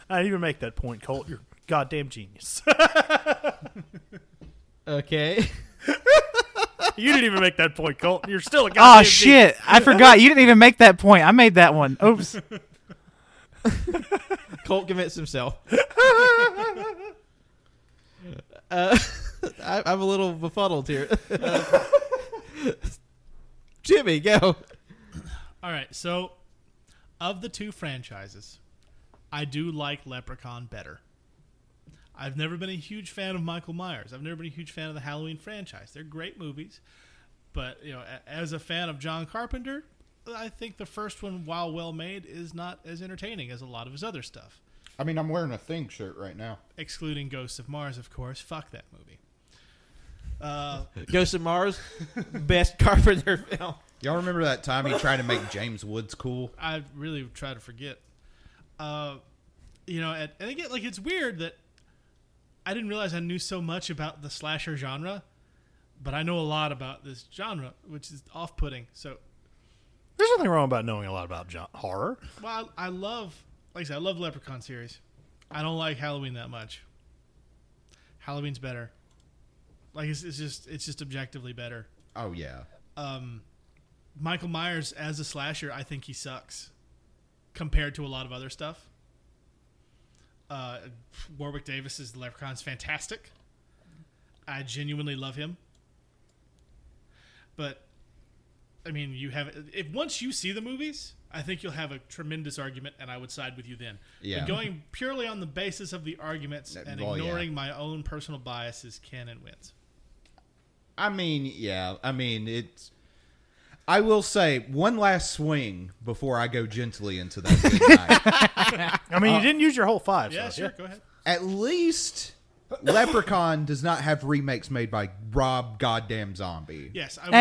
didn't even make that point, Colt. You're a goddamn genius.
Okay.
you didn't even make that point, Colt. You're still a goddamn
Oh shit! I forgot. You didn't even make that point. I made that one. Oops.
Colt commits himself. uh, I, I'm a little befuddled here. Jimmy, go.
All right, so of the two franchises, I do like Leprechaun better. I've never been a huge fan of Michael Myers. I've never been a huge fan of the Halloween franchise. They're great movies, but you know, a- as a fan of John Carpenter, I think the first one, while well made, is not as entertaining as a lot of his other stuff,
I mean, I'm wearing a thing shirt right now.
excluding Ghosts of Mars, of course. Fuck that movie. Uh,
Ghost of Mars, best Carpenter film.
Y'all remember that time he tried to make James Woods cool?
I really try to forget. Uh, you know, and, and again, like it's weird that I didn't realize I knew so much about the slasher genre, but I know a lot about this genre, which is off-putting. So,
There's nothing wrong about knowing a lot about jo- horror.
well, I, I love, like I said, I love Leprechaun series. I don't like Halloween that much. Halloween's better. Like it's, it's just it's just objectively better.
Oh yeah.
Michael Myers as a slasher, I think he sucks compared to a lot of other stuff. Uh, Warwick Davis is the Leprechaun's fantastic. I genuinely love him. But I mean, you have if once you see the movies, I think you'll have a tremendous argument, and I would side with you then.
Yeah.
But going purely on the basis of the arguments
That-
and
well, yeah.
ignoring my own personal biases, can and wins.
I mean, yeah. I mean, it's. I will say one last swing before I go gently into that good night.
I mean, you didn't use your whole five.
Yeah,
so,
sure, go ahead.
At least Leprechaun does not have remakes made by Rob Goddamn Zombie.
Yes, I will say-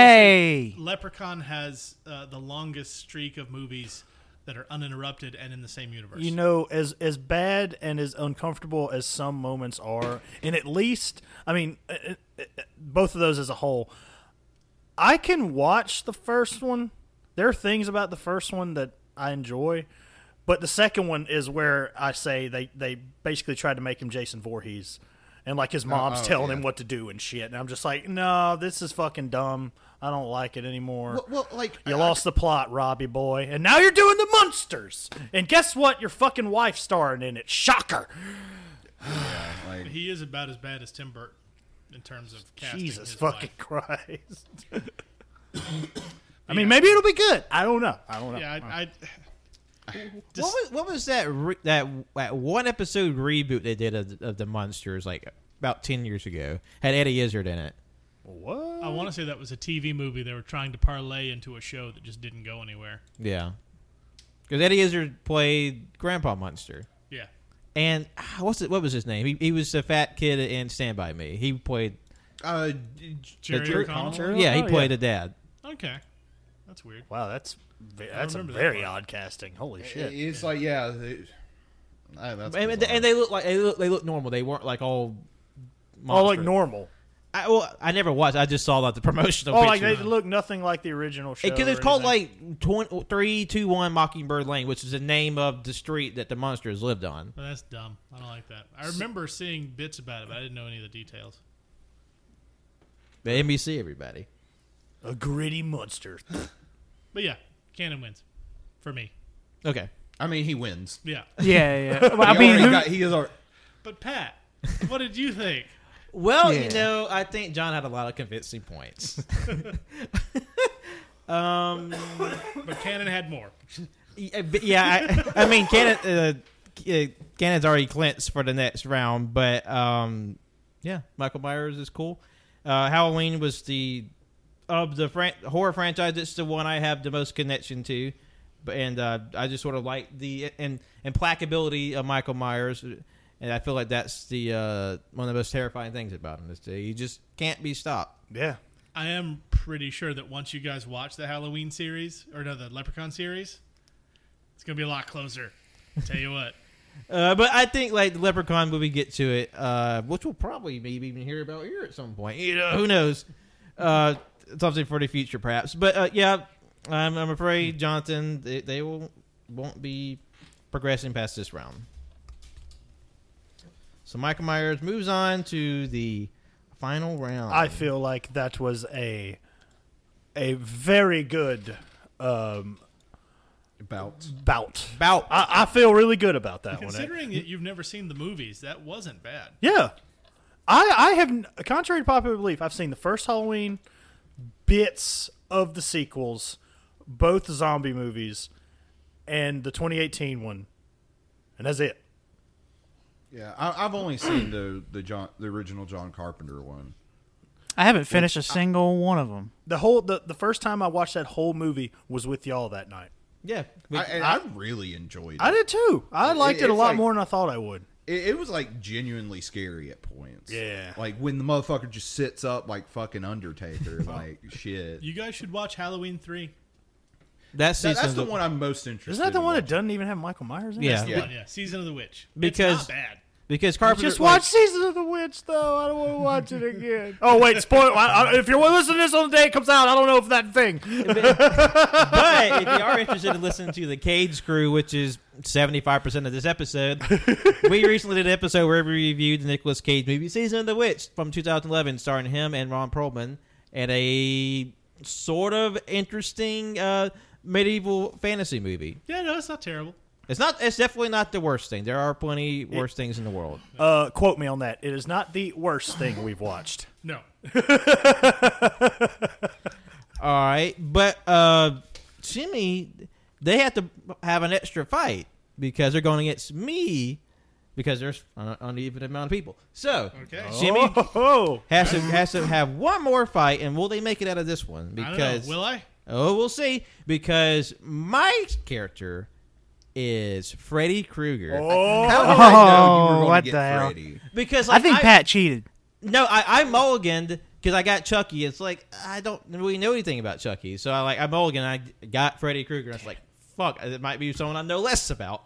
hey.
Leprechaun has uh, the longest streak of movies that are uninterrupted and in the same universe.
You know, as as bad and as uncomfortable as some moments are, and at least, I mean, uh, uh, uh, both of those as a whole, I can watch the first one. There are things about the first one that I enjoy, but the second one is where I say they they basically tried to make him Jason Voorhees, and like his mom's
oh,
telling
yeah.
him what to do and shit, and I'm just like, no, this is fucking dumb. I don't like it anymore.
Well, well, like
You
I-
lost the plot, Robbie boy, and now you're doing the monsters. And guess what? Your fucking wife's starring in it. Shocker!
like,
he is about as bad as Tim Burton in terms of casting
Jesus
his
fucking
wife.
Christ! I mean, maybe it'll be good. I don't know. I don't know.
Yeah, I, I,
what, was, what was that re- that that one episode reboot they did of, of the Monsters like about ten years ago? Had Eddie Izzard in it.
what?
I want to say that was a TV movie they were trying to parlay into a show that just didn't go anywhere.
Yeah, because Eddie Izzard played Grandpa Monster,
Yeah,
and ah, what's it, what was his name? He, he was the fat kid in Stand by Me. He played
uh,
Jerry
Jerry
O'Connell.
Conner?
yeah, he
Oh,
played
yeah.
a dad.
Okay, that's weird.
Wow, that's ve- that's a
remember that
very
part.
odd casting. Holy shit!
it's like yeah. it- I- that's
And, and they-
bizarre.
and they look like they look they look normal. They weren't like all.
oh, like
monstrous.
normal.
I, well, I never watched. I just saw like the promotional.
Oh,
picture.
like they look nothing like the original show.
because
or
it's called
anything.
like 20, 321 Mockingbird Lane, which is the name of the street that the monsters lived on.
But that's dumb. I don't like that. I remember seeing bits about it, but I didn't know any of the details.
The NBC, everybody.
a gritty monster.
But yeah, Cannon wins for me.
Okay.
I mean, he wins.
Yeah.
Yeah, yeah. Well, I
He
mean,
already
who,
got- he is. Our,
But Pat, what did you think?
Well,
Yeah.
you know, I think John had a lot of convincing points.
But Cannon had more.
yeah, but yeah, I, I mean, Cannon, uh, uh, Cannon's already clinched for the next round, but um, yeah, Michael Myers is cool. Uh, Halloween was the of the fran- horror franchise. It's the one I have the most connection to, but and uh, I just sort of like the and implacability of Michael Myers, and I feel like that's the uh, one of the most terrifying things about him. Is that you just can't be stopped.
yeah.
I am pretty sure that once you guys watch the Halloween series or no, the Leprechaun series, it's gonna be a lot closer. Tell you what,
Uh, but I think like the Leprechaun when we get to it, uh, which we'll probably maybe even hear about here at some point. You know, who knows? Uh, something for the future, perhaps. But uh, yeah, I'm, I'm afraid Jonathan they, they will won't be progressing past this round. So Michael Myers moves on to the final round.
I feel like that was a a very good um,
About
bout.
Bout.
I, I feel really good about that one.
Considering that you've never seen the movies, that wasn't bad.
Yeah, I I have n- contrary to popular belief, I've seen the first Halloween, bits of the sequels, both zombie movies, and the 2018 one, and that's it.
yeah, I, I've only seen the the John the original John Carpenter one.
I haven't finished a single one of them.
The whole the, the first time I watched that whole movie was with y'all that night.
yeah, we-
I, and I, really enjoyed it.
I did too. I liked it, a
it's
lot
like-
more than I thought I would.
it. It was like genuinely scary at points.
Yeah.
like when the motherfucker just sits up like fucking Undertaker, like shit.
You guys should watch Halloween 3.
that
That-
season's
that's the
up.
one I'm most interested.
Isn't that the
in
one that
watching.
doesn't even have Michael Myers in it?
Yeah.
Yeah, yeah, Season of the Witch.
Because-
it's not bad.
because Carpenter
Just
like-
watch Season of the Witch, though. I don't want to watch it again. oh wait, spoil! I, I, if you're listening to this on the day it comes out, I don't know if that thing.
but if you are interested in listening to the Cage Crew, which is seventy five percent of this episode, we recently did an episode where we reviewed the Nicolas Cage movie Season of the Witch from 2011, starring him and Ron Perlman, and a sort of interesting uh, medieval fantasy movie.
Yeah, no, it's not terrible.
It's not. It's definitely not the worst thing. There are plenty worse things in the world.
Uh, quote me on that. It is not the worst thing we've watched.
No.
All right, but uh, Jimmy, they have to have an extra fight because they're going against me because there's an uneven amount of people. So
Okay.
Jimmy
Oh,
has to has to have one more fight, and will they make it out of this one?
I don't
Because
know. Will I?
oh, we'll see. Because my character is Freddy Krueger.
How did I know you
Oh,
were
what
going to
the
get
hell.
Freddy?
Because
I
like,
think Pat cheated.
No, I, I mulliganed because I got Chucky. It's like I don't really know anything about Chucky, so I like I mulliganed. I got Freddy Krueger. I was like, fuck, it might be someone I know less about.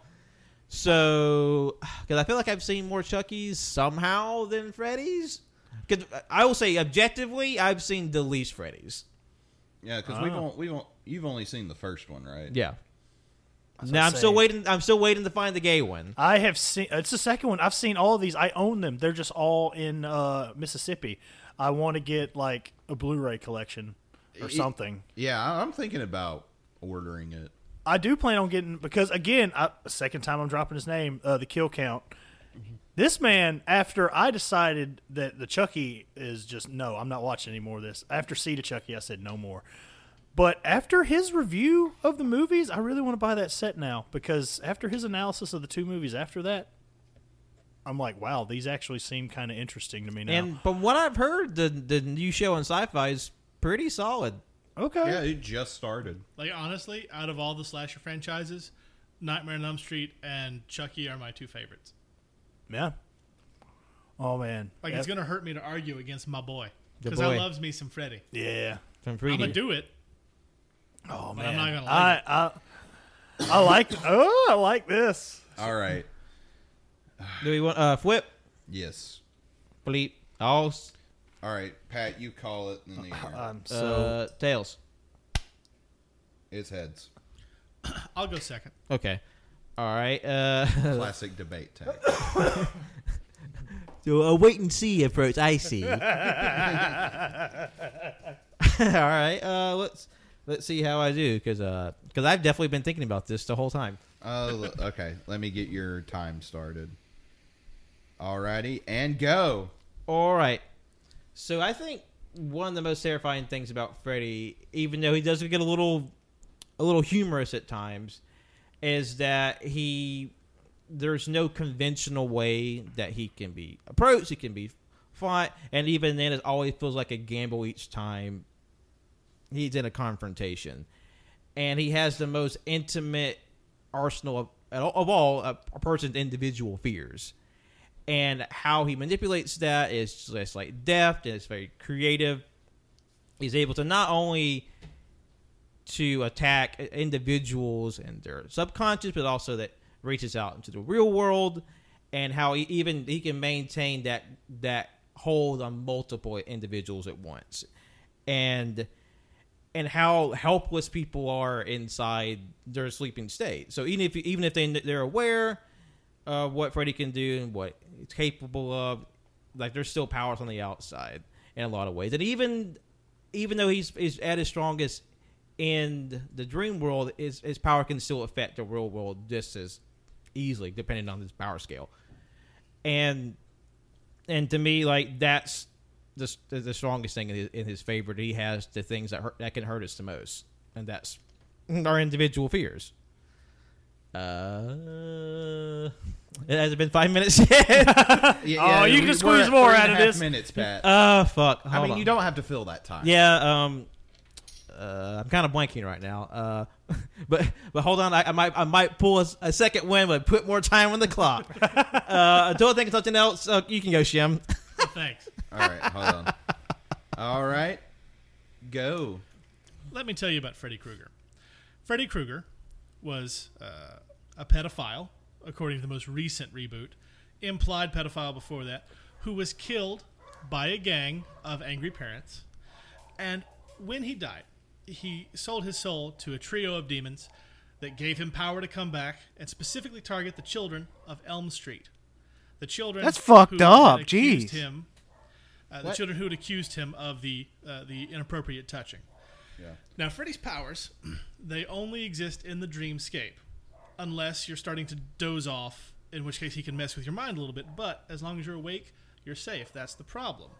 So, because I feel like I've seen more Chucky's somehow than Freddy's. Because I will say objectively, I've seen the least Freddy's.
Yeah, because we've on, we've on, you've only seen the first one, right?
Yeah. Now I'm
say.
still waiting. I'm still waiting to find the gay one.
I have seen. uh, It's the second one. I've seen all of these. I own them. They're just all in uh, Mississippi. I want to get like a Blu-ray collection or something.
Yeah, I- I'm thinking about ordering it.
I do plan on getting because again, I, second time I'm dropping his name, uh, the kill count. This man, after I decided that the Chucky is just no, I'm not watching any more of this. After Seed of Chucky, I said no more. But after his review of the movies, I really want to buy that set now because after his analysis of the two movies after that, I'm like, wow, these actually seem kind of interesting to me now.
And from what I've heard, the the new show on Sci-Fi is pretty solid.
okay,
Yeah, it just started.
Like, honestly, out of all the slasher franchises, Nightmare on Elm Street and Chucky are my two favorites.
yeah. Oh man,
Like, it's going to hurt me to argue against my boy.
The
Because I
boy.
loves me some Freddy.
yeah.
From
I'm
3D.
going to do it.
Oh
But I'm not gonna like
I, I, I like. Oh, I like this.
All right.
Do we want uh flip?
Yes.
Bleep. All s-
All right, Pat, you call it. In the air.
Um,
uh,
so
tails.
it's heads.
I'll go second.
Okay. All right. Uh,
Classic debate tag.
so a wait and see approach. I see. All right. Uh, let's let's see how I do because because I've definitely been thinking about this the whole time.
Uh, okay, let me get your time started. Alrighty, and go.
All right. So I think one of the most terrifying things about Freddy, even though he does get a little a little humorous at times, is that he there's no conventional way that he can be approached. He can be fought, and even then, it always feels like a gamble each time he's in a confrontation. And he has the most intimate arsenal of, of all a, a person's individual fears and how he manipulates that is just like deft and it's very creative. He's able to not only to attack individuals and their subconscious, but also that reaches out into the real world, and how he even he can maintain that that hold on multiple individuals at once, and and how helpless people are inside their sleeping state. So even if even if they they're aware of what Freddy can do and what it's capable of, like there's still powers on the outside in a lot of ways. And even even though he's is at his strongest in the dream world, his, his power can still affect the real world just as easily, depending on his power scale. And and to me, like that's the the strongest thing in his, in his favor. He has the things that hurt, that can hurt us the most, and that's our individual fears. Uh, has it been five minutes yet?
Oh, you can
we-
squeeze
we're at
more
three and
out
a
of
half
this.
Minutes, Pat.
uh, fuck.
I mean,
Hold on.
you don't have to fill that time.
Yeah. Um. Uh, I'm kind of blanking right now. Uh, but but hold on. I, I might I might pull a, a second win, but put more time on the clock. uh, until I think of something else, uh, you can go, Shim.
Thanks.
All right, hold on. All right, go.
Let me tell you about Freddy Krueger. Freddy Krueger was uh, a pedophile, according to the most recent reboot, implied pedophile before that, who was killed by a gang of angry parents. And when he died, he sold his soul to a trio of demons that gave him power to come back and specifically target the children of Elm Street. The children
That's fucked
who had
up,
accused
jeez.
Him, uh, the children who had accused him of the uh, the inappropriate touching. Now, Freddy's powers, they only exist in the dreamscape, unless you're starting to doze off, in which case he can mess with your mind a little bit. But as long as you're awake, you're safe. That's the problem.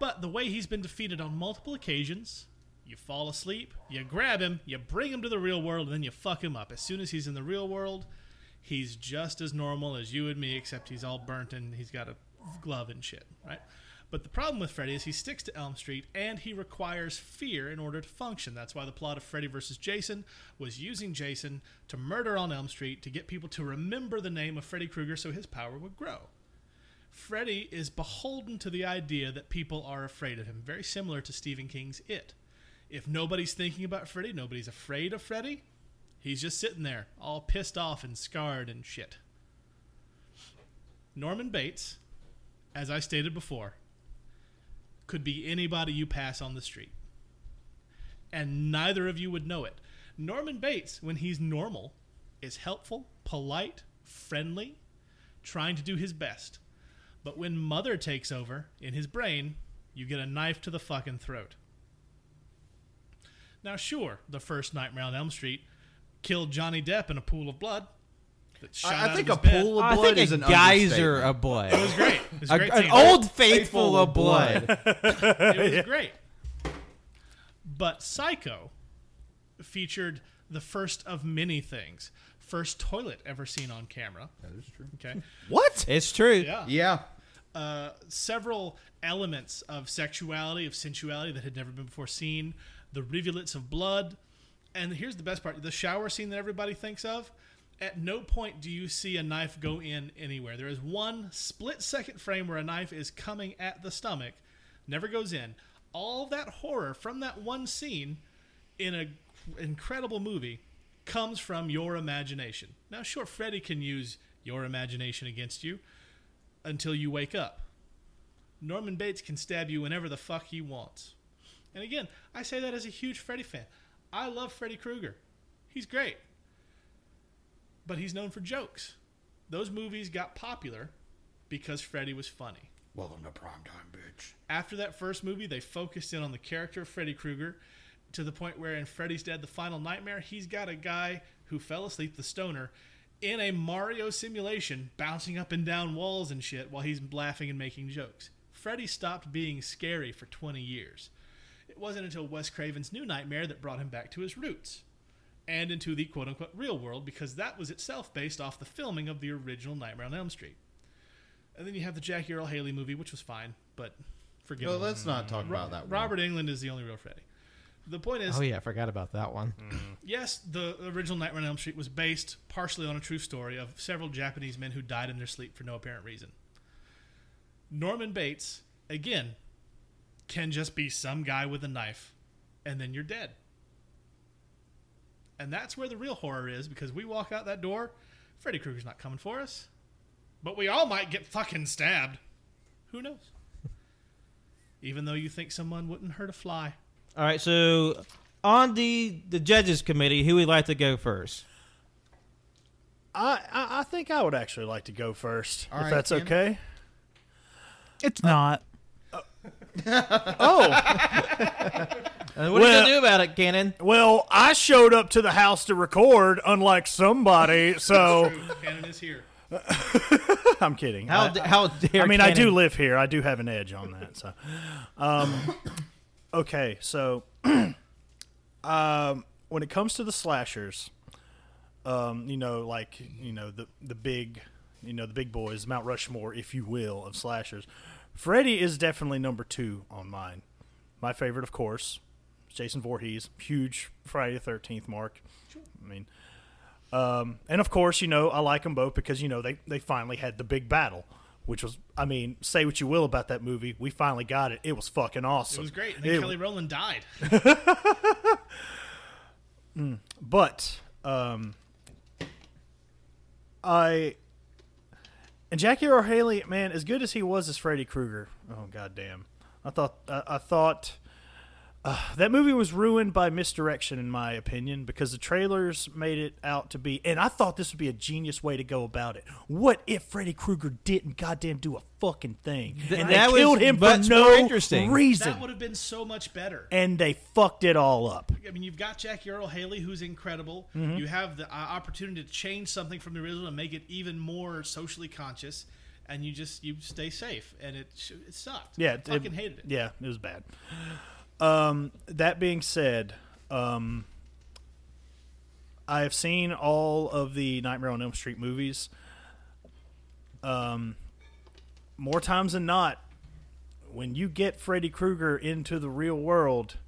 But the way he's been defeated on multiple occasions, you fall asleep, you grab him, you bring him to the real world, and then you fuck him up. As soon as he's in the real world, he's just as normal as you and me, except he's all burnt and he's got a glove and shit, right? But the problem with Freddy is he sticks to Elm Street and he requires fear in order to function. That's why the plot of Freddy vs. Jason was using Jason to murder on Elm Street to get people to remember the name of Freddy Krueger so his power would grow. Freddy is beholden to the idea that people are afraid of him, very similar to Stephen King's It. If nobody's thinking about Freddy, nobody's afraid of Freddy, he's just sitting there, all pissed off and scarred and shit. Norman Bates, as I stated before, could be anybody you pass on the street. And neither of you would know it. Norman Bates, when he's normal, is helpful, polite, friendly, trying to do his best. But when Mother takes over in his brain, you get a knife to the fucking throat. Now, sure, the first Nightmare on Elm Street killed Johnny Depp in a pool of blood. that shot out
I, I
of
think a
his bed.
pool
I
of blood
think
is
a
an
geyser
understatement.
of blood,
It was great. It was a
A-
great
an
team.
old faithful of blood.
It was great. But Psycho featured the first of many things. First toilet ever seen on camera. That is true. Okay.
What?
It's true.
Yeah.
Yeah,
Uh, several elements of sexuality, of sensuality that had never been before seen. The rivulets of blood. And here's the best part the shower scene that everybody thinks of. At no point do you see a knife go in anywhere. There is one split second frame where a knife is coming at the stomach, never goes in. All that horror from that one scene in an incredible movie comes from your imagination. Now, sure, Freddy can use your imagination against you until you wake up. Norman Bates can stab you whenever the fuck he wants. And again, I say that as a huge Freddy fan. I love Freddy Krueger. He's great. But he's known for jokes. Those movies got popular because Freddy was funny.
welcome to prime time, bitch.
After that first movie, they focused in on the character of Freddy Krueger to the point where in Freddy's Dead, The Final Nightmare, he's got a guy who fell asleep, the stoner, in a Mario simulation, bouncing up and down walls and shit while he's laughing and making jokes. Freddy stopped being scary for 20 years. It wasn't until Wes Craven's New Nightmare that brought him back to his roots and into the quote unquote real world because that was itself based off the filming of the original Nightmare on Elm Street. And then you have the Jackie Earl Haley movie, which was fine, but forgive
Well,
me.
let's not talk about that. one.
Robert England is the only real Freddy. The point is,
Oh yeah, I forgot about that one.
Hmm. yes, the original Nightmare on Elm Street was based partially on a true story of several Japanese men who died in their sleep for no apparent reason. Norman Bates, again, can just be some guy with a knife, and then you're dead. And that's where the real horror is because we walk out that door, Freddy Krueger's not coming for us, but we all might get fucking stabbed. Who knows? even though you think someone wouldn't hurt a fly.
All right, so on the the judges committee, who would like to go first?
I, I I think I would actually like to go first,
All
if
right,
that's
Ken.
okay.
It's not.
Oh
And Uh, what are you
Well-
gonna do about it, Cannon?
well, I showed up to the house to record, unlike somebody. So
Cannon is here.
I'm kidding.
How
I-
d how dare
I mean, I do
Cannon-
live here. I do have an edge on that. So, um, okay. So, um, when it comes to the slashers, um, you know, like you know the the big, you know the big boys, Mount Rushmore, if you will, of slashers. Freddy is definitely number two on mine. My favorite, of course, is Jason Voorhees. Huge Friday the Thirteenth mark. I mean, um, and of course, you know, I like them both because, you know, they, they finally had the big battle, which was, I mean, say what you will about that movie. We finally got it. It was fucking awesome.
It was great. And then
It-
Kelly Rowland died.
But, um, I. And Jackie O'Haley, man, as good as he was as Freddy Krueger, oh, goddamn. I thought, I, I thought. uh, that movie was ruined by misdirection in my opinion because the trailers made it out to be and i thought this would be a genius way to go about it what if freddy krueger didn't goddamn do a fucking thing
Th-
and
that
they
was
killed him for
much more
no
interesting.
reason
That would have been so much better.
and they fucked it all up
I mean, you've got Jackie Earl Haley, who's incredible.
Mm-hmm.
You have the uh, opportunity to change something from the original and make it even more socially conscious, and you just you stay safe. And it sh- it sucked.
yeah
I
it-
fucking hated it.
yeah it was bad um that being said um i have seen all of the nightmare on elm street movies um more times than not when you get Freddy Krueger into the real world,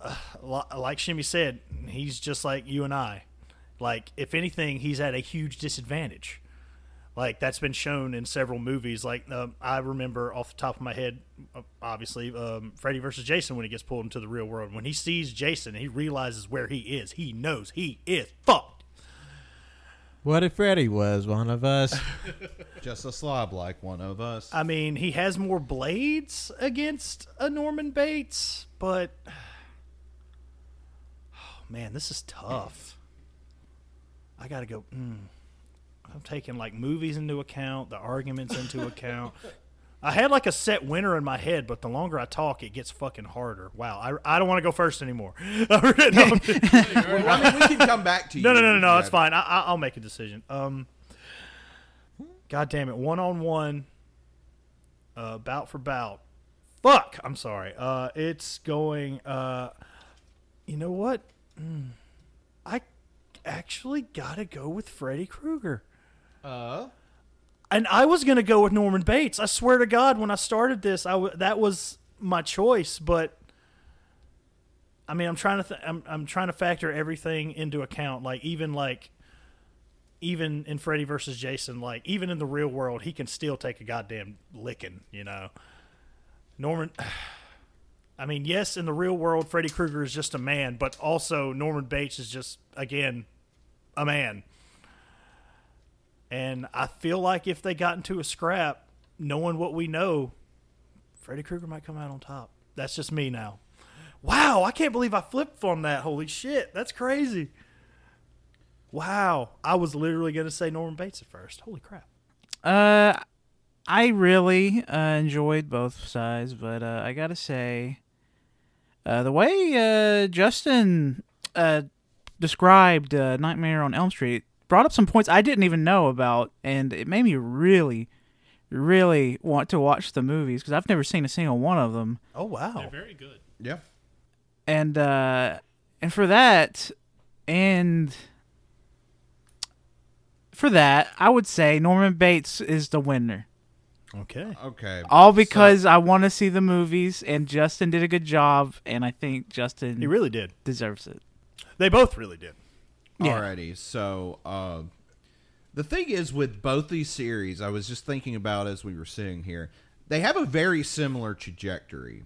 uh, li- like Shimmy said, he's just like you and I. Like, if anything, he's at a huge disadvantage. Like, that's been shown in several movies. Like, um, I remember off the top of my head, uh, obviously, um, Freddy versus Jason when he gets pulled into the real world. When he sees Jason, he realizes where he is. He knows he is fucked.
What if Freddy was one of us?
Just a slob like one of us.
I mean, he has more blades against a Norman Bates, but oh man, this is tough. I gotta go. Mm. I'm taking like movies into account, the arguments into account. I had like a set winner in my head, but the longer I talk, it gets fucking harder. Wow, I, I don't want to go first anymore. no, I'm-
well, I mean, we can come back to you.
no, no, no, no,
if
no.
you
It's
have-
fine. I, I, I'll make a decision. Um, God damn it, one on one, uh, bout for bout. Fuck. I'm sorry. Uh, it's going. Uh, you know what? Mm. I actually gotta go with Freddy Krueger. Uh. And I was gonna go with Norman Bates. I swear to God, when I started this, I w- that was my choice, but. I mean, I'm trying to th- I'm I'm trying to factor everything into account. Like even like even in Freddy versus Jason, like even in the real world, he can still take a goddamn licking. You know, Norman. I mean, yes, in the real world, Freddy Krueger is just a man, but also Norman Bates is just again a man. And I feel like if they got into a scrap, knowing what we know, Freddy Krueger might come out on top. That's just me now. Wow, I can't believe I flipped on that. Holy shit, that's crazy. Wow, I was literally going to say Norman Bates at first. Holy crap.
Uh, I really uh, enjoyed both sides, but uh, I gotta say, uh, the way uh, Justin uh, described uh, Nightmare on Elm Street brought up some points I didn't even know about, and it made me really, really want to watch the movies because I've never seen a single one of them
Oh, wow.
Very good.
Yeah.
and uh and for that and for that i would say norman bates is the winner
Okay.
Okay.
all because i want to see the movies and justin did a good job and i think justin
He really did.
deserves it
They both really did.
Yeah.
Alrighty. So uh, the thing is with both these series, I was just thinking about as we were sitting here, they have a very similar trajectory.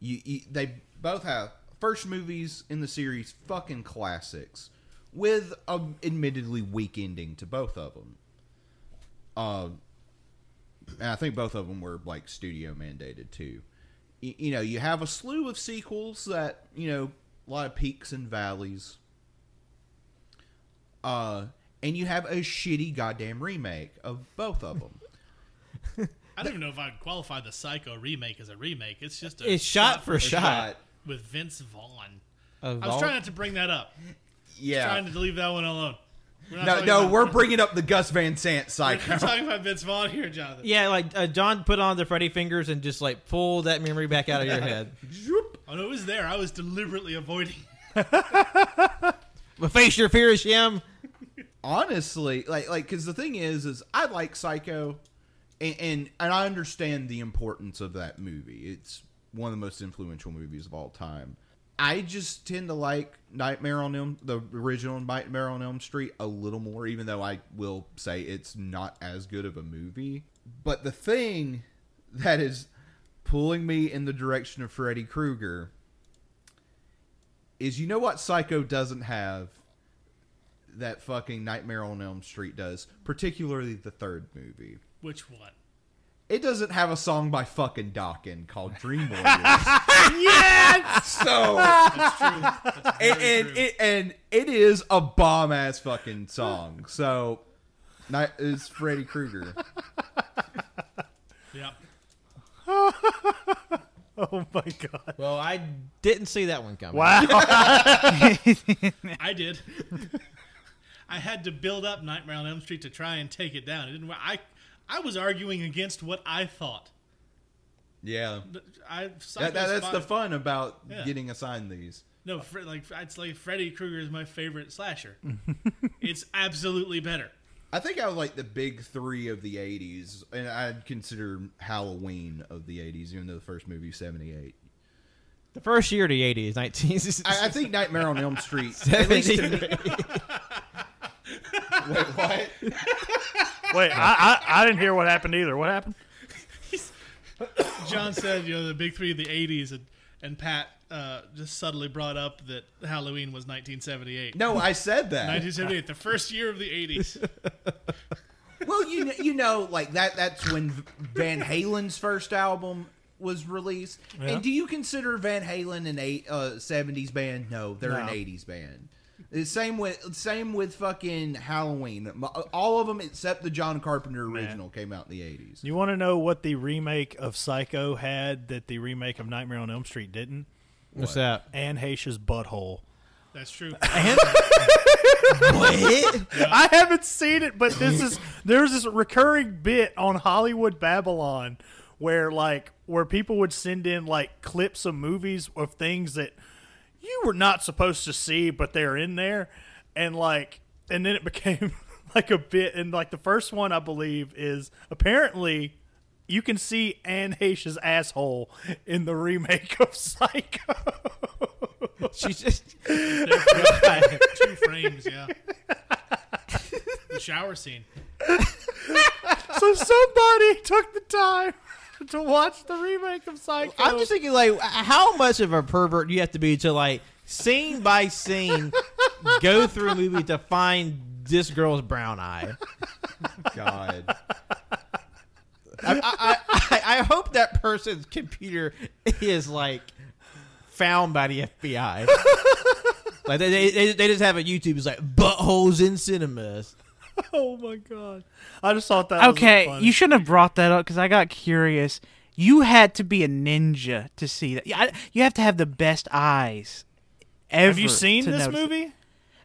You, you they both have first movies in the series, fucking classics, with a admittedly weak ending to both of them. Uh, and I think both of them were like studio mandated too. Y- you know, you have a slew of sequels that you know a lot of peaks and valleys. Uh, and you have a shitty goddamn remake of both of them.
I don't even know if I'd qualify the Psycho remake as a remake. It's just a
It's shot for shot.
with Vince Vaughn.
Of
I was
all-
trying not to bring that up.
Yeah.
Trying to leave that one alone. We're not
No,
talking
no,
about-
we're bringing up the Gus Van Sant
we're
psycho.
talking about Vince Vaughn here, Jonathan.
Yeah, like uh, John put on the Freddy fingers and just like pull that memory back out of your head.
Zoop.
Oh no, it was there. I was deliberately avoiding.
But face your fears, Jim.
honestly like like because the thing is is i like psycho and, and and i understand the importance of that movie it's one of the most influential movies of all time i just tend to like nightmare on elm the original nightmare on elm street a little more even though i will say it's not as good of a movie but the thing that is pulling me in the direction of freddy krueger is you know what psycho doesn't have that fucking Nightmare on Elm Street does, particularly the third movie.
Which one?
It doesn't have a song by fucking Dawkins called Dream Warriors. yes! So, and, and, it, and it is a bomb ass fucking song. So, ni- it's Freddy Krueger.
Yeah.
Oh my god!
Well, I didn't see that one coming.
Wow.
I did. I had to build up Nightmare on Elm Street to try and take it down. It didn't. wor- I I was arguing against what I thought.
Yeah.
But I
That, that- that's the
Psycho's fine.
fun about
Yeah.
getting assigned these.
no Fre- like it's like Freddy Krueger is my favorite slasher. it's absolutely better.
I think I was like the big three of the 80s, and I'd consider Halloween of the 80s, even though the first movie is 78.
The first year of the 80s, 19.
I, I think Nightmare on Elm Street. at least to me- Wait, what?
Wait, I, I I didn't hear what happened either. What happened?
John said, you know, the big three of the '80s, and and Pat uh, just subtly brought up that Halloween was 1978.
No, I said that.
1978, the first year of the '80s.
well, you kn- you know, like that. That's when V- Van Halen's first album was released. And do you consider Van Halen an eight uh, '70s band? No, they're an
No.
'80s band. The Same with same with fucking Halloween. M- uh, All of them except the John Carpenter original came out in the '80s.
You want to know what the remake of Psycho had that the remake of Nightmare on Elm Street didn't?
What's that?
Anne Heche's butthole.
That's true.
I haven't seen it, but this is there's this recurring bit on Hollywood Babylon where like where people would send in like clips of movies of things that you were not supposed to see, but they're in there, and like and then it became like a bit. And like the first one I believe is apparently. You can see Anne Heche's asshole in the remake of Psycho.
She's just.
Two frames, yeah. The shower scene.
so somebody took the time to watch the remake of Psycho.
I'm just thinking, like, how much of a pervert you have to be to, like, scene by scene, go through a movie to find this girl's brown eye.
God.
I, I, I hope that person's computer is like found by the FBI. like they, they- they, they just have a YouTube. It's like buttholes in cinemas.
Oh my god! I just thought that. was
Okay,
funny.
you shouldn't have brought that up because I got curious. You had to be a ninja to see that. Yeah, I- You have to have the best eyes. Ever
Have you seen
to
this
notice-
movie?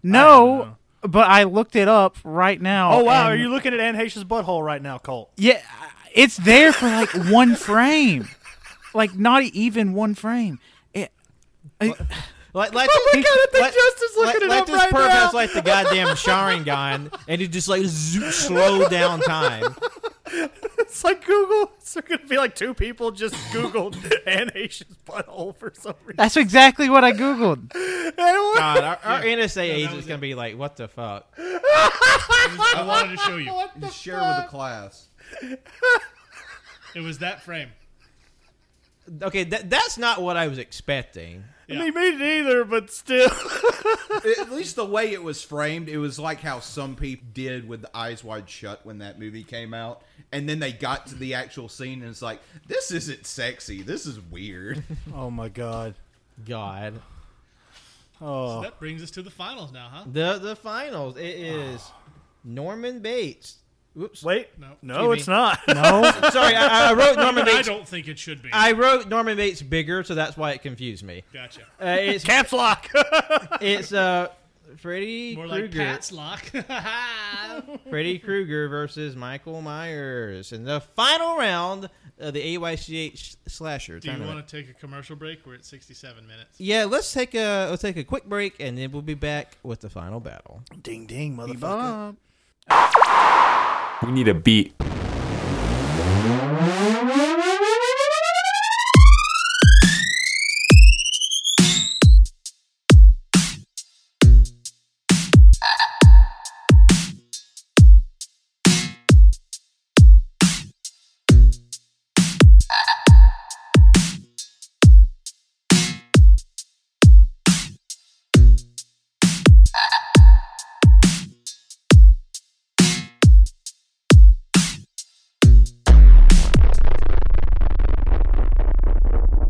No, but I looked it up right now.
Oh wow!
and-
Are you looking at Anne Heche's butthole right now, Colt?
Yeah, it's there for like one frame, like not even one frame. It, I-
Like, like
Oh my God, I think Justin's looking it
like
up
this
right
pervert's
now.
like the goddamn Sharingan, and it just like zoop, slow down time.
It's like Google. It's going to be like two people just googled Anne Heche's butthole for some reason.
that's exactly what I googled.
God, our, our NSA
that was
agent's gonna
it.
be like, what the fuck?
I wanted to show you.
Share with the class.
It was that frame.
Okay, that that's not what I was expecting.
I mean, me neither, but still.
At least the way it was framed, it was like how some people did with the Eyes Wide Shut when that movie came out, and then they got to the actual scene and it's like, this isn't sexy. This is weird.
oh my god.
God.
Oh,
That brings us to the finals now, huh?
The the finals. It is Norman Bates. Oops.
wait.
No.
No,
Excuse
it's not.
No,
Sorry, I, I wrote Norman
I
Bates.
don't think it should be.
I wrote Norman Bates bigger, so that's why it confused me.
gotcha.
Uh, it's
Caps lock.
it's uh, Freddy
More like
Krueger.
Pat's lock.
Freddy Krueger versus Michael Myers in the final round of the AYCH slasher
Do you
tournament.
want to take a commercial break? We're at 67 minutes.
Yeah, let's take a let's take a quick break and then we'll be back with the final battle.
ding ding, motherfucker.
We need a beat.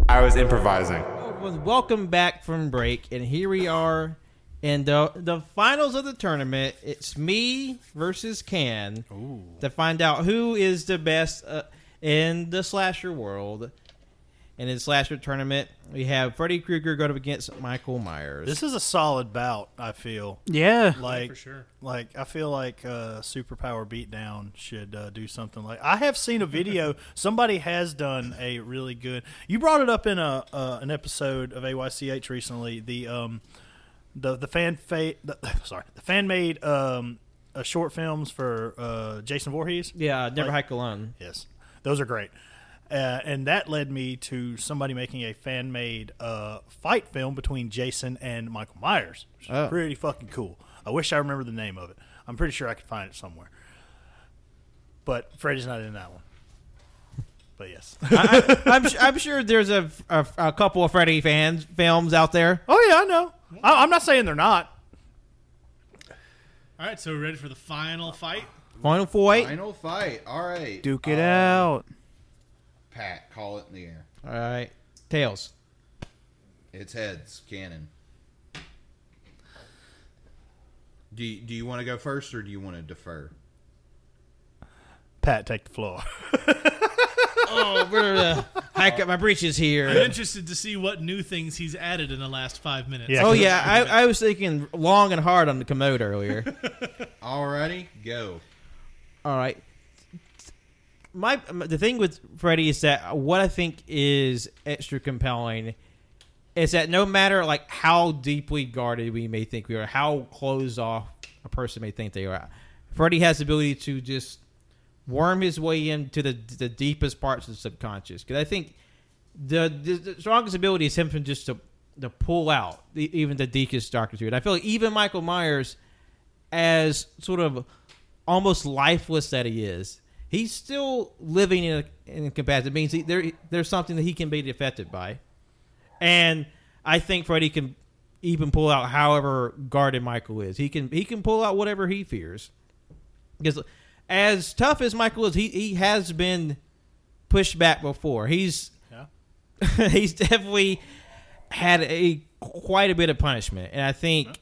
I was improvising.
Well, Welcome back from break, and here we are in the the finals of the tournament. It's me versus Can to find out who is the best uh, in the slasher world. And in the slasher tournament, we have Freddy Krueger going up against Michael Myers.
This is a solid bout. I feel
yeah.
like
For sure.
Like I feel like uh, Superpower Beatdown should uh, do something like I have seen a video. somebody has done a really good. You brought it up in a uh, an episode of AYCH recently. The um the the fan fa- the, sorry the fan made um uh, short films for uh, Jason Voorhees.
yeah, never
Like-
hike alone.
Yes, those are great. Uh, and that led me to somebody making a fan made uh, fight film between Jason and Michael Myers, which is
Oh.
pretty fucking cool. I wish I remember the name of it. I'm pretty sure I could find it somewhere. But Freddy's not in that one. But yes.
I'm su- I'm sure there's a, a, a couple of Freddy fans films out there.
oh, yeah, I know. I, I'm not saying they're not.
All right, so we're ready for the
Uh,
final fight.
Final fight.
Final fight. All right.
Duke it out.
Pat, call it in the air.
All right, tails.
It's heads, cannon. Do you, do you want to go first or do you want to defer?
Pat, take the floor.
Oh, we're gonna hike up my breeches here.
I'm interested to see what new things he's added in the last five minutes.
Yeah.
Oh yeah, I, I was thinking long and hard on the commode earlier.
Alrighty, go.
All right. My the thing with Freddy is that what I think is extra compelling is that no matter like how deeply guarded we may think we are, how closed off a person may think they are, Freddy has the ability to just worm his way into the the deepest parts of the subconscious. Because I think the, the the strongest ability is him from just to to pull out the, even the deepest, darkest. And I feel like even Michael Myers as sort of almost lifeless that he is, he's still living in a, in a capacity. It means he, there there's something that he can be affected by, and I think Freddy can even pull out however guarded Michael is. He can he can pull out whatever he fears, because as tough as Michael is, he he has been pushed back before. He's he's definitely had a quite a bit of punishment, and I think.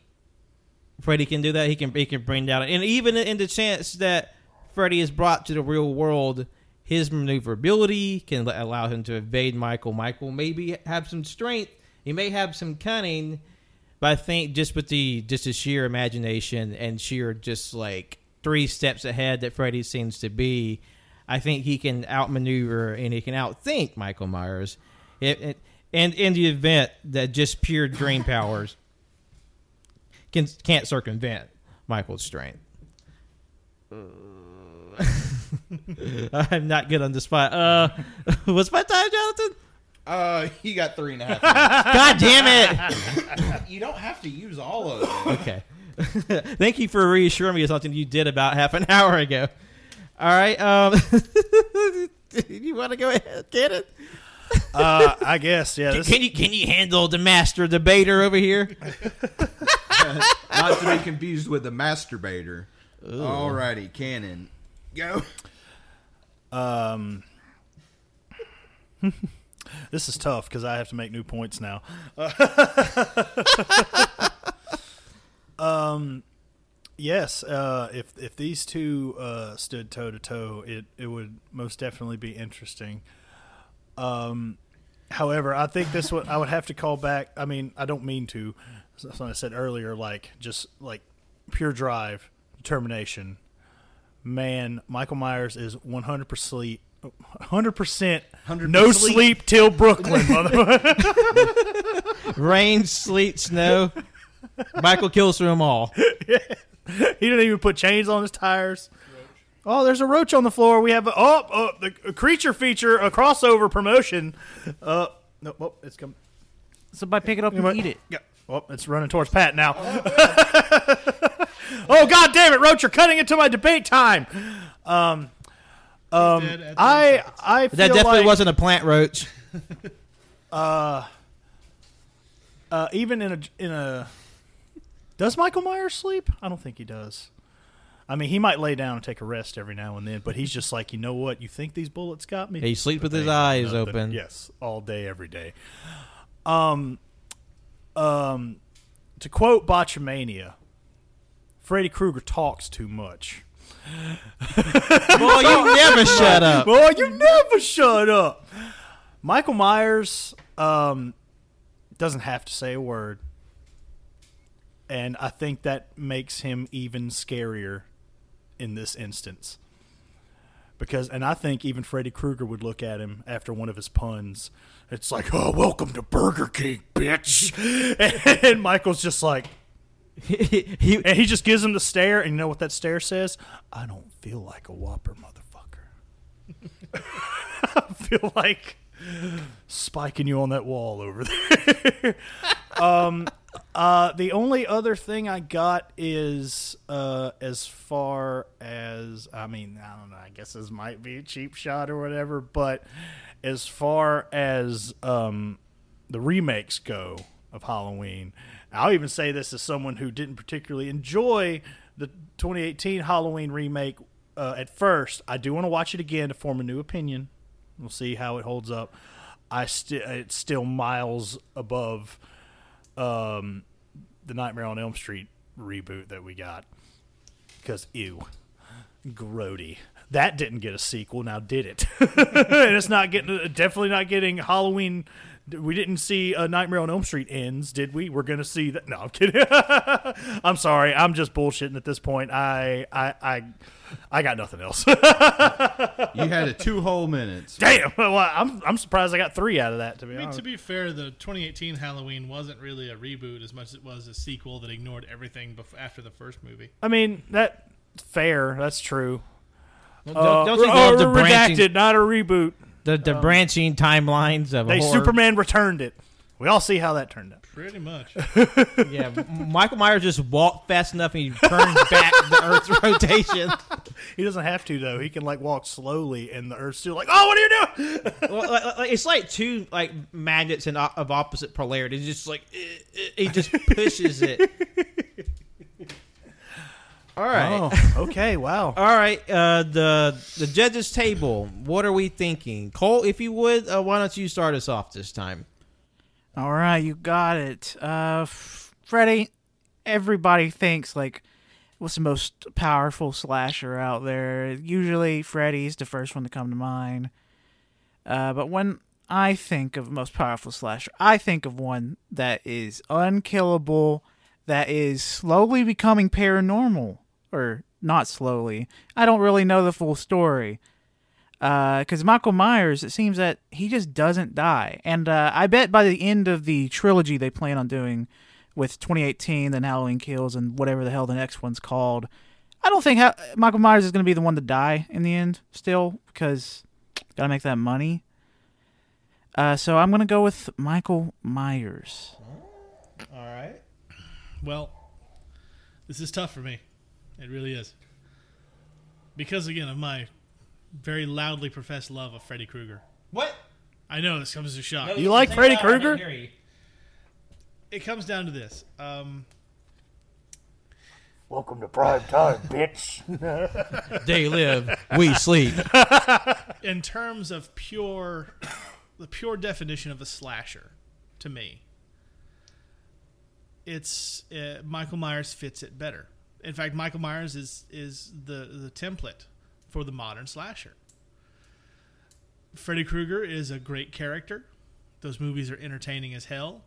Freddy can do that. He can he can bring down and even in the chance that Freddy is brought to the real world, his maneuverability can l- allow him to evade Michael. Michael maybe have some strength. He may have some cunning, but I think just with the just the sheer imagination and sheer just like three steps ahead that Freddy seems to be, I think he can outmaneuver and he can outthink Michael Myers. It, it, and in the event that just pure dream powers can can't circumvent Michael's strength. Uh. I'm not good on the spot. Uh, what's my time, Jonathan?
Uh, you got three and a half. minutes.
God damn it!
you don't have to use all of it.
Okay. Thank you for reassuring me of something you did about half an hour ago. All right. Um, you want to go ahead, get it?
Uh, I guess, yeah. This,
Can you can you handle the master debater over here?
Not to be confused with the masturbator. Alrighty, canon. Go.
this is tough because I have to make new points now. um, yes, uh, if if these two uh, stood toe to toe, it it would most definitely be interesting. Um, however, I think this would I would have to call back. I mean, I don't mean to. That's what I said earlier. Like just like pure drive, determination. Man, Michael Myers is one hundred percent. 100% no
100%
sleep till Brooklyn, motherfucker.
Rain, sleet, snow. Michael kills through them all.
He didn't even put chains on his tires. Oh, there's a roach on the floor. We have a, oh, oh the a creature feature, a crossover promotion. Uh, no, oh, it's coming.
Somebody pick it up and eat it.
Yeah. Oh, it's running towards Pat now. oh God damn it, Roach! You're cutting into my debate time.
Um,
I I feel
That definitely
like,
wasn't a plant roach.
uh, even in a in a. Does Michael Myers sleep? I don't think he does. I mean, he might lay down and take a rest every now and then, but he's just like, you know what? You think these bullets got me?
He sleeps with
They
his
ain't
eyes
nothing.
open.
Yes, all day, every day. Um, um, to quote Botchamania, Freddy Krueger talks too much.
Boy, you never shut up.
Boy, you never shut up. Michael Myers um, doesn't have to say a word, and I think that makes him even scarier in this instance. Because, and I think even Freddy Krueger would look at him after one of his puns. It's like, "Oh, welcome to Burger King, bitch," and Michael's just like,
he,
and he just gives him the stare, and you know what that stare says? I don't feel like a whopper, motherfucker. I feel like spiking you on that wall over there. um, uh, the only other thing I got is uh, as far as I mean, I don't know. I guess this might be a cheap shot or whatever, but as far as um, the remakes go of Halloween. I'll even say this as someone who didn't particularly enjoy the 2018 Halloween remake uh, at first. I do want to watch it again to form a new opinion. We'll see how it holds up. I still it's still miles above um, the Nightmare on Elm Street reboot that we got because ew, grody. That didn't get a sequel, now did it? and it's not getting, definitely not getting Halloween. We didn't see uh, Nightmare on Elm Street ends, did we? We're gonna see that. No, I'm kidding. I'm sorry. I'm just bullshitting at this point. I, I, I, I got nothing else.
You had a two whole minutes.
Damn. Well, I'm, I'm surprised I got three out of that. To be
I mean,
honest,
to be fair, the 2018 Halloween wasn't really a reboot as much as it was a sequel that ignored everything bef- after the first movie.
I mean that fair. That's true.
don't, don't you
Uh,
love
oh,
the branching,
redacted, not a reboot.
the, the branching timelines of
They
horror?
Superman returned it. We all see how that turned out.
Pretty much.
Yeah, M- Michael Myers just walked fast enough and he turned back the Earth's rotation.
He doesn't have to though. He can like walk slowly, and the Earth's still like, "Oh, what are you doing?"
Well, like, like- like, it's like two like magnets in, o- of opposite polarity. It's just like eh, eh, he just pushes it. All right.
Oh, okay. Wow.
All right, uh, the the judges table. What are we thinking, Cole? If you would, uh, why don't you start us off this time?
All right, you got it. Uh, F- Freddy, everybody thinks like, what's the most powerful slasher out there? Usually, Freddy's the first one to come to mind. Uh, but when I think of most powerful slasher, I think of one that is unkillable, that is slowly becoming paranormal, or not slowly. I don't really know the full story because uh, Michael Myers, it seems that he just doesn't die. And uh, I bet by the end of the trilogy they plan on doing with 2018, then Halloween Kills, and whatever the hell the next one's called, I don't think ha- Michael Myers is going to be the one to die in the end still because got to make that money. Uh, so I'm going to go with Michael Myers.
All right.
Well, this is tough for me. It really is. Because, again, of my very loudly professed love of Freddy Krueger.
What?
I know this comes as a shock.
You like
Say
Freddy
it loud, I didn't
Krueger?
hear you.
It comes down to this. Um,
Welcome to prime time, bitch.
They live, we sleep.
in terms of pure the pure definition of a slasher to me it's uh, michael myers fits it better in fact michael myers is is the the template for the modern slasher freddy krueger is a great character those movies are entertaining as hell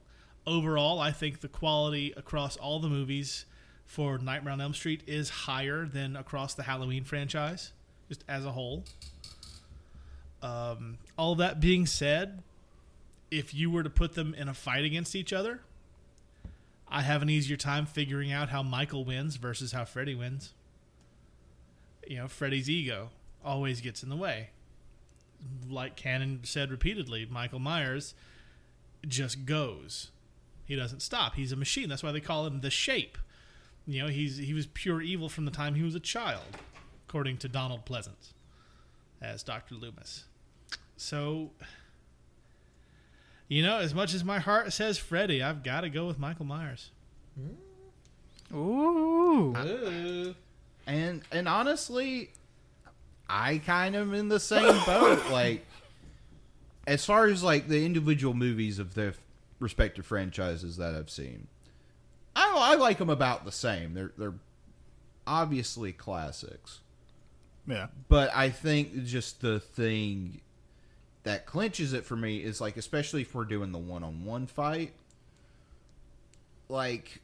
overall i think the quality across all the movies for nightmare on elm street is higher than across the halloween franchise just as a whole um, all that being said, if you were to put them in a fight against each other, I have an easier time figuring out how Michael wins versus how Freddy wins. You know, Freddy's ego always gets in the way. Like Cannon said repeatedly, Michael Myers just goes. He doesn't stop. He's a machine. That's why they call him the shape. You know, he's he was pure evil from the time he was a child, according to Donald Pleasance as Dr. Loomis. So, you know, as much as my heart says Freddy, I've got to go with Michael Myers.
Ooh.
And and honestly, I kind of in the same boat. Like as far as like the individual movies of their respective franchises that I've seen, I, I like them about the same. They're they're obviously classics,
yeah.
but I think just the thing that clinches it for me is like especially if we're doing the one-on-one fight, like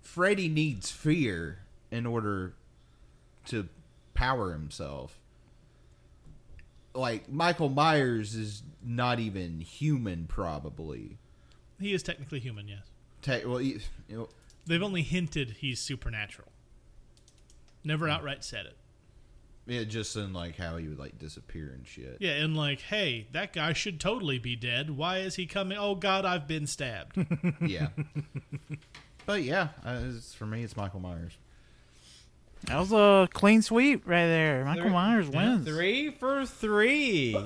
Freddy needs fear in order to power himself. Like Michael Myers is not even human, probably.
He is technically human, yes.
Te- well, he- you know,
They've only hinted he's supernatural. Never outright said it.
yeah, just in like how he would like disappear and shit.
Yeah, and like, hey, that guy should totally be dead. Why is he coming? Oh God, I've been stabbed.
Yeah, but yeah, uh, it's, for me, it's Michael Myers.
That was a clean sweep right there. Michael
Three-
Myers wins.
Three for three.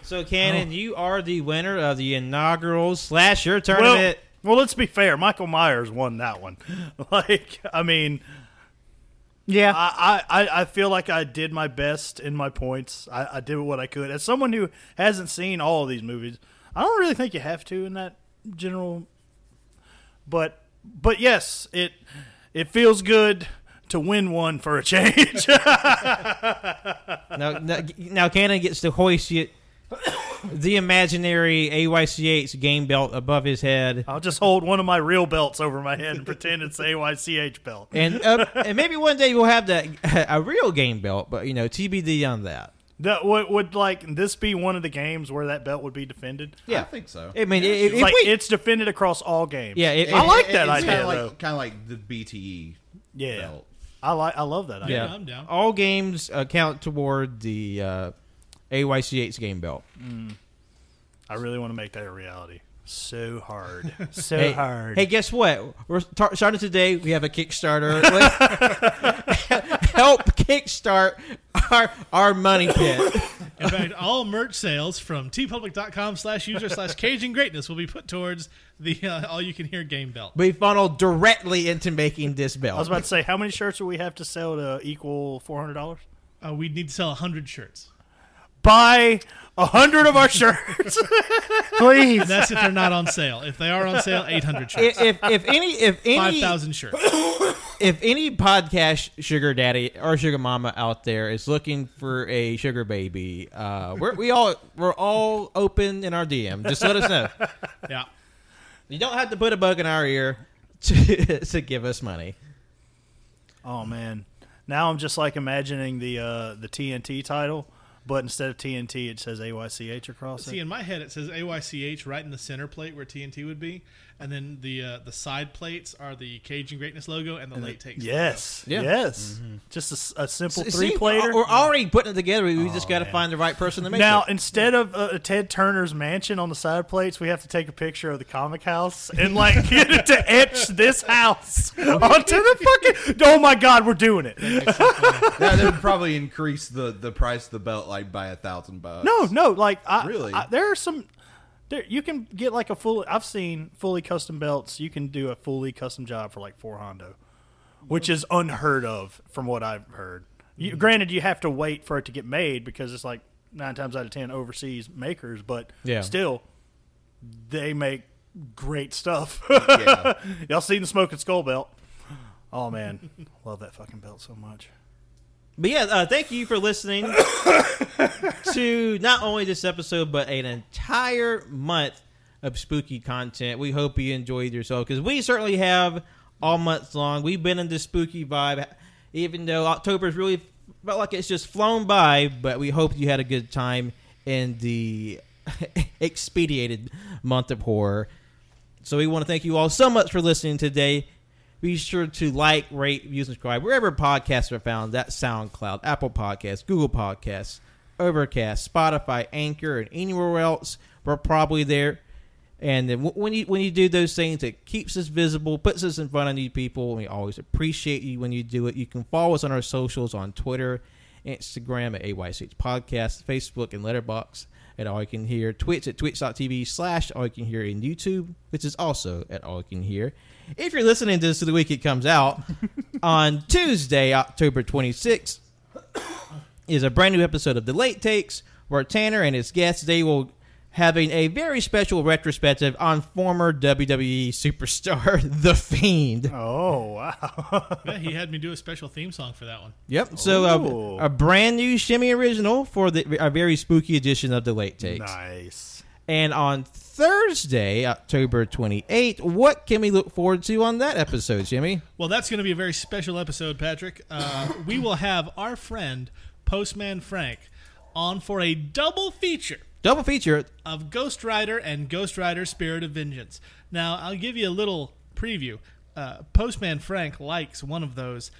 so, Cannon, you are the winner of the inaugural Slasher
Well,
tournament.
well, let's be fair. Michael Myers won that one. Like, I mean,
Yeah.
I, I, I- I feel like I did my best in my points. I, I did what I could. As someone who hasn't seen all of these movies, I don't really think you have to in that general. But but yes, it it feels good to win one for a change.
now, now, now Cannon gets to hoist it, the imaginary AYCH game belt above his head.
I'll just hold one of my real belts over my head and pretend it's the AYCH belt.
And uh, and maybe one day we'll have that a real game belt, but you know TBD on that.
That would, would like this be one of the games where that belt would be defended?
Yeah, I think so.
I mean, if, if
like
we,
it's defended across all games.
yeah, if,
I like that
it's
idea,
Kind of
though.
like, kind of like the E. BTE
yeah.
belt.
I like I love that idea.
yeah.
I'm down.
All games uh, count toward the uh, AYCH game belt.
I really want to make that a reality. So hard. So
hey,
hard.
Hey, guess what? We're tar- starting today. We have a Kickstarter. Let's- Help kickstart our our money pit.
In fact, all merch sales from tpublic.com slash user slash Cajun Greatness will be put towards the uh, All You Can Hear game belt.
We funnel directly into making this
I was
belt.
about to say, how many shirts do we have to sell to equal four hundred dollars?
Uh, we need to sell 100 shirts.
Buy a hundred of our shirts.
Please.
That's if they're not on sale. If they are on sale, 800 shirts.
If, if, if any if any
5,000 shirts.
if any podcast sugar daddy or sugar mama out there is looking for a sugar baby, uh, we're we all we're all open in our DM. Just let us know.
Yeah.
You don't have to put a bug in our ear to to give us money.
oh man. Now I'm just like imagining the uh, the TNT title, but instead of TNT it says AYCH across
See,
it.
in my head, it says AYCH right in the center plate where TNT would be. And then the uh, the side plates are the Cajun Greatness logo and the late takes.
Yes.
Yeah.
Yes. Just a Mm-hmm. s- a, simple
See,
three plater.
We're already putting it together. We just got to find the right person to make
Now,
it.
instead of uh, Ted Turner's mansion on the side plates, we have to take a picture of the comic house and like get it to etch this house onto the fucking. Oh my god, we're doing it!
Yeah, they would probably increase the the price of the belt like by a thousand bucks.
No, no, like I,
Really?
I- there are some. There, you can get like a full. I've seen fully custom belts. You can do a fully custom job for like four hondo, which is unheard of from what I've heard. You, granted, you have to wait for it to get made because it's like nine times out of ten overseas makers, but
Yeah.
still, they make great stuff.
Yeah.
Y'all seen the smoking skull belt? Oh man, love that fucking belt so much.
But yeah, uh, thank you for listening to not only this episode but an entire month of spooky content. We hope you enjoyed yourself because we certainly have all month long. We've been in the spooky vibe, even though October's really felt like it's just flown by. But we hope you had a good time in the expedited month of horror. So we want to thank you all so much for listening today. Be sure to like, rate, view, subscribe wherever podcasts are found. That's SoundCloud, Apple Podcasts, Google Podcasts, Overcast, Spotify, Anchor, and anywhere else. We're probably there. And then wh- when you when you do those things, it keeps us visible, puts us in front of new people. And we always appreciate you when you do it. You can follow us on our socials on Twitter, Instagram at AYCH Podcast, Facebook and Letterbox at All You Can Hear, Twitch at twitch.tv slash All You Can Hear, and YouTube, which is also at All You Can Hear. If you're listening to this the week it comes out, on Tuesday, October 26th, is a brand new episode of The Late Takes where Tanner and his guests, they will having a very special retrospective on former WWE superstar The Fiend.
Oh wow,
Yeah, he had me do a special theme song for that one.
Yep. So
Ooh.
uh, a brand new Shimmy original for the a very spooky edition of the late takes.
nice.
And on Thursday, October 28th, what can we look forward to on that episode, Jimmy?
Well, that's going to be a very special episode, Patrick. Uh, we will have our friend Postman Frank on for a double feature
Double feature.
of Ghost Rider and Ghost Rider Spirit of Vengeance. Now, I'll give you a little preview. Uh, Postman Frank likes one of those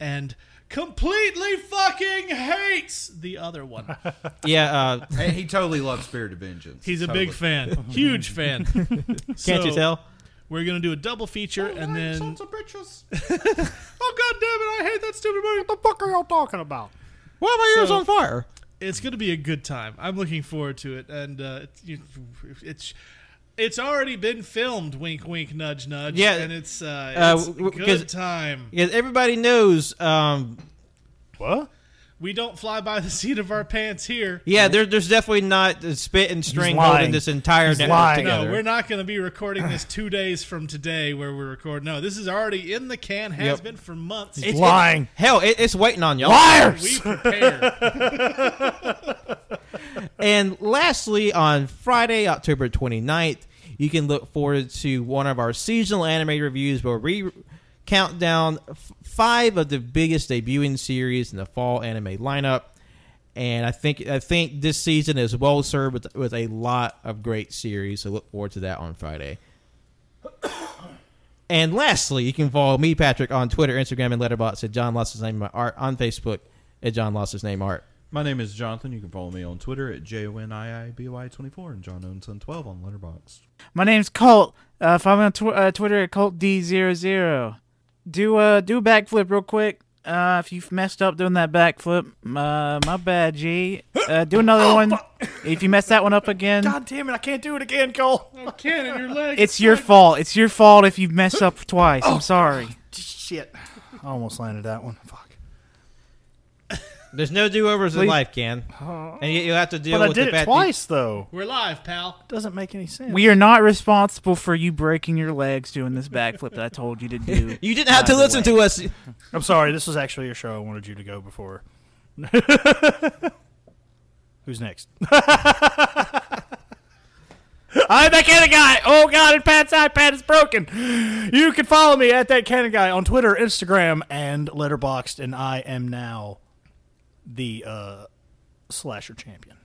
and completely fucking hates the other one.
Yeah, uh,
And he totally loves Spirit of Vengeance.
He's a
Totally.
big fan, huge fan.
can't you tell?
We're going to do a double feature and then.
Sons of bitches.
Oh, God damn it, I hate that stupid movie.
What the fuck are y'all talking about?
Why are my ears
So-
on fire?
it's going to be a good time. I'm looking forward to it, and uh, it's, you- it's it's already been filmed. Wink, wink, nudge, nudge.
Yeah.
and it's uh,
Uh,
it's
w- w- 'cause-
good time.
Because everybody knows, um,
What?
We don't fly by the seat of our pants here.
yeah, there, there's definitely not the spit and string
lying.
holding this entire
He's
network
lying.
No,
together.
we're not going to be recording this two days from today, where we record. No, this is already in the can. Has
Yep.
been for months.
It's-
Lying.
it's- hell, it, it's waiting on y'all.
we
Liars!
prepare.
And lastly, on Friday, October 29th, you can look forward to one of our seasonal anime reviews where we count down f- five of the biggest debuting series in the fall anime lineup. And I think I think this season is well served with, with a lot of great series. So look forward to that on Friday. And lastly, you can follow me, Patrick, on Twitter, Instagram, and Letterboxd at John Lost His Name Art on Facebook at John Lost His Name Art.
My name is Jonathan. You can follow me on Twitter at J O N I I B Y 24 and John Owenson 12 on Letterboxd.
My name's Colt. Uh, follow me on tw- uh, Twitter at ColtD00. Do uh, do a backflip real quick. Uh, if you've messed up doing that backflip, uh, my bad, G. Uh, do another one. If you mess that one up again,
Oh, God damn it! I can't do it again, Cole.
Cannon, your leg.
it's your fault. It's your fault if you mess up twice.
Oh.
I'm sorry.
Shit! I almost landed that one. Fuck.
There's no do overs in
Please.
life, Ken. And yet you'll have to deal
But I
with
did
the fact
it
that-
twice, though.
We're live, pal.
Doesn't make any sense.
We are not responsible for you breaking your legs doing this backflip that I told you to do.
You didn't have to
Either
listen
way.
to us.
I'm sorry. This was actually your show. I wanted you to go before. Who's next? I'm that cannon guy. Oh God! And Pat's iPad is broken. You can follow me at that cannon guy on Twitter, Instagram, and Letterboxd, and I am now the uh, slasher champion.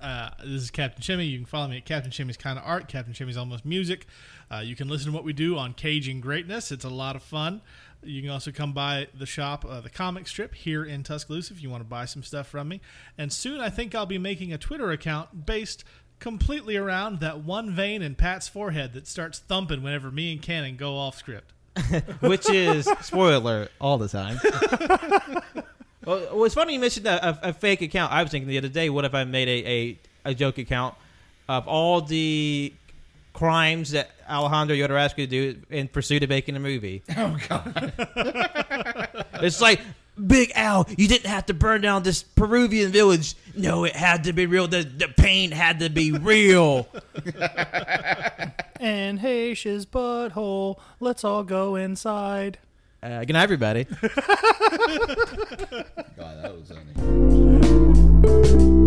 Uh, this is Captain Chimmy. You can follow me at Captain Chimmy's Kind of Art, Captain Chimmy's Almost Music. Uh, you can listen to what we do on Caging Greatness. It's a lot of fun. You can also come by the shop, uh, the comic strip here in Tuscaloosa if you want to buy some stuff from me. And soon I think I'll be making a Twitter account based completely around that one vein in Pat's forehead that starts thumping whenever me and Cannon go off script.
Which is spoiler alert, all the time. Well, well, it's funny you mentioned a, a, a fake account. I was thinking the other day, what if I made a, a, a joke account of all the crimes that Alejandro Jodorowsky do in pursuit of making a movie? Oh God! it's like Big Al, you didn't have to burn down this Peruvian village. No, it had to be real. The, the pain had to be real.
And Haish's butthole. Let's all go inside.
Uh, good night, everybody.
God, that was funny.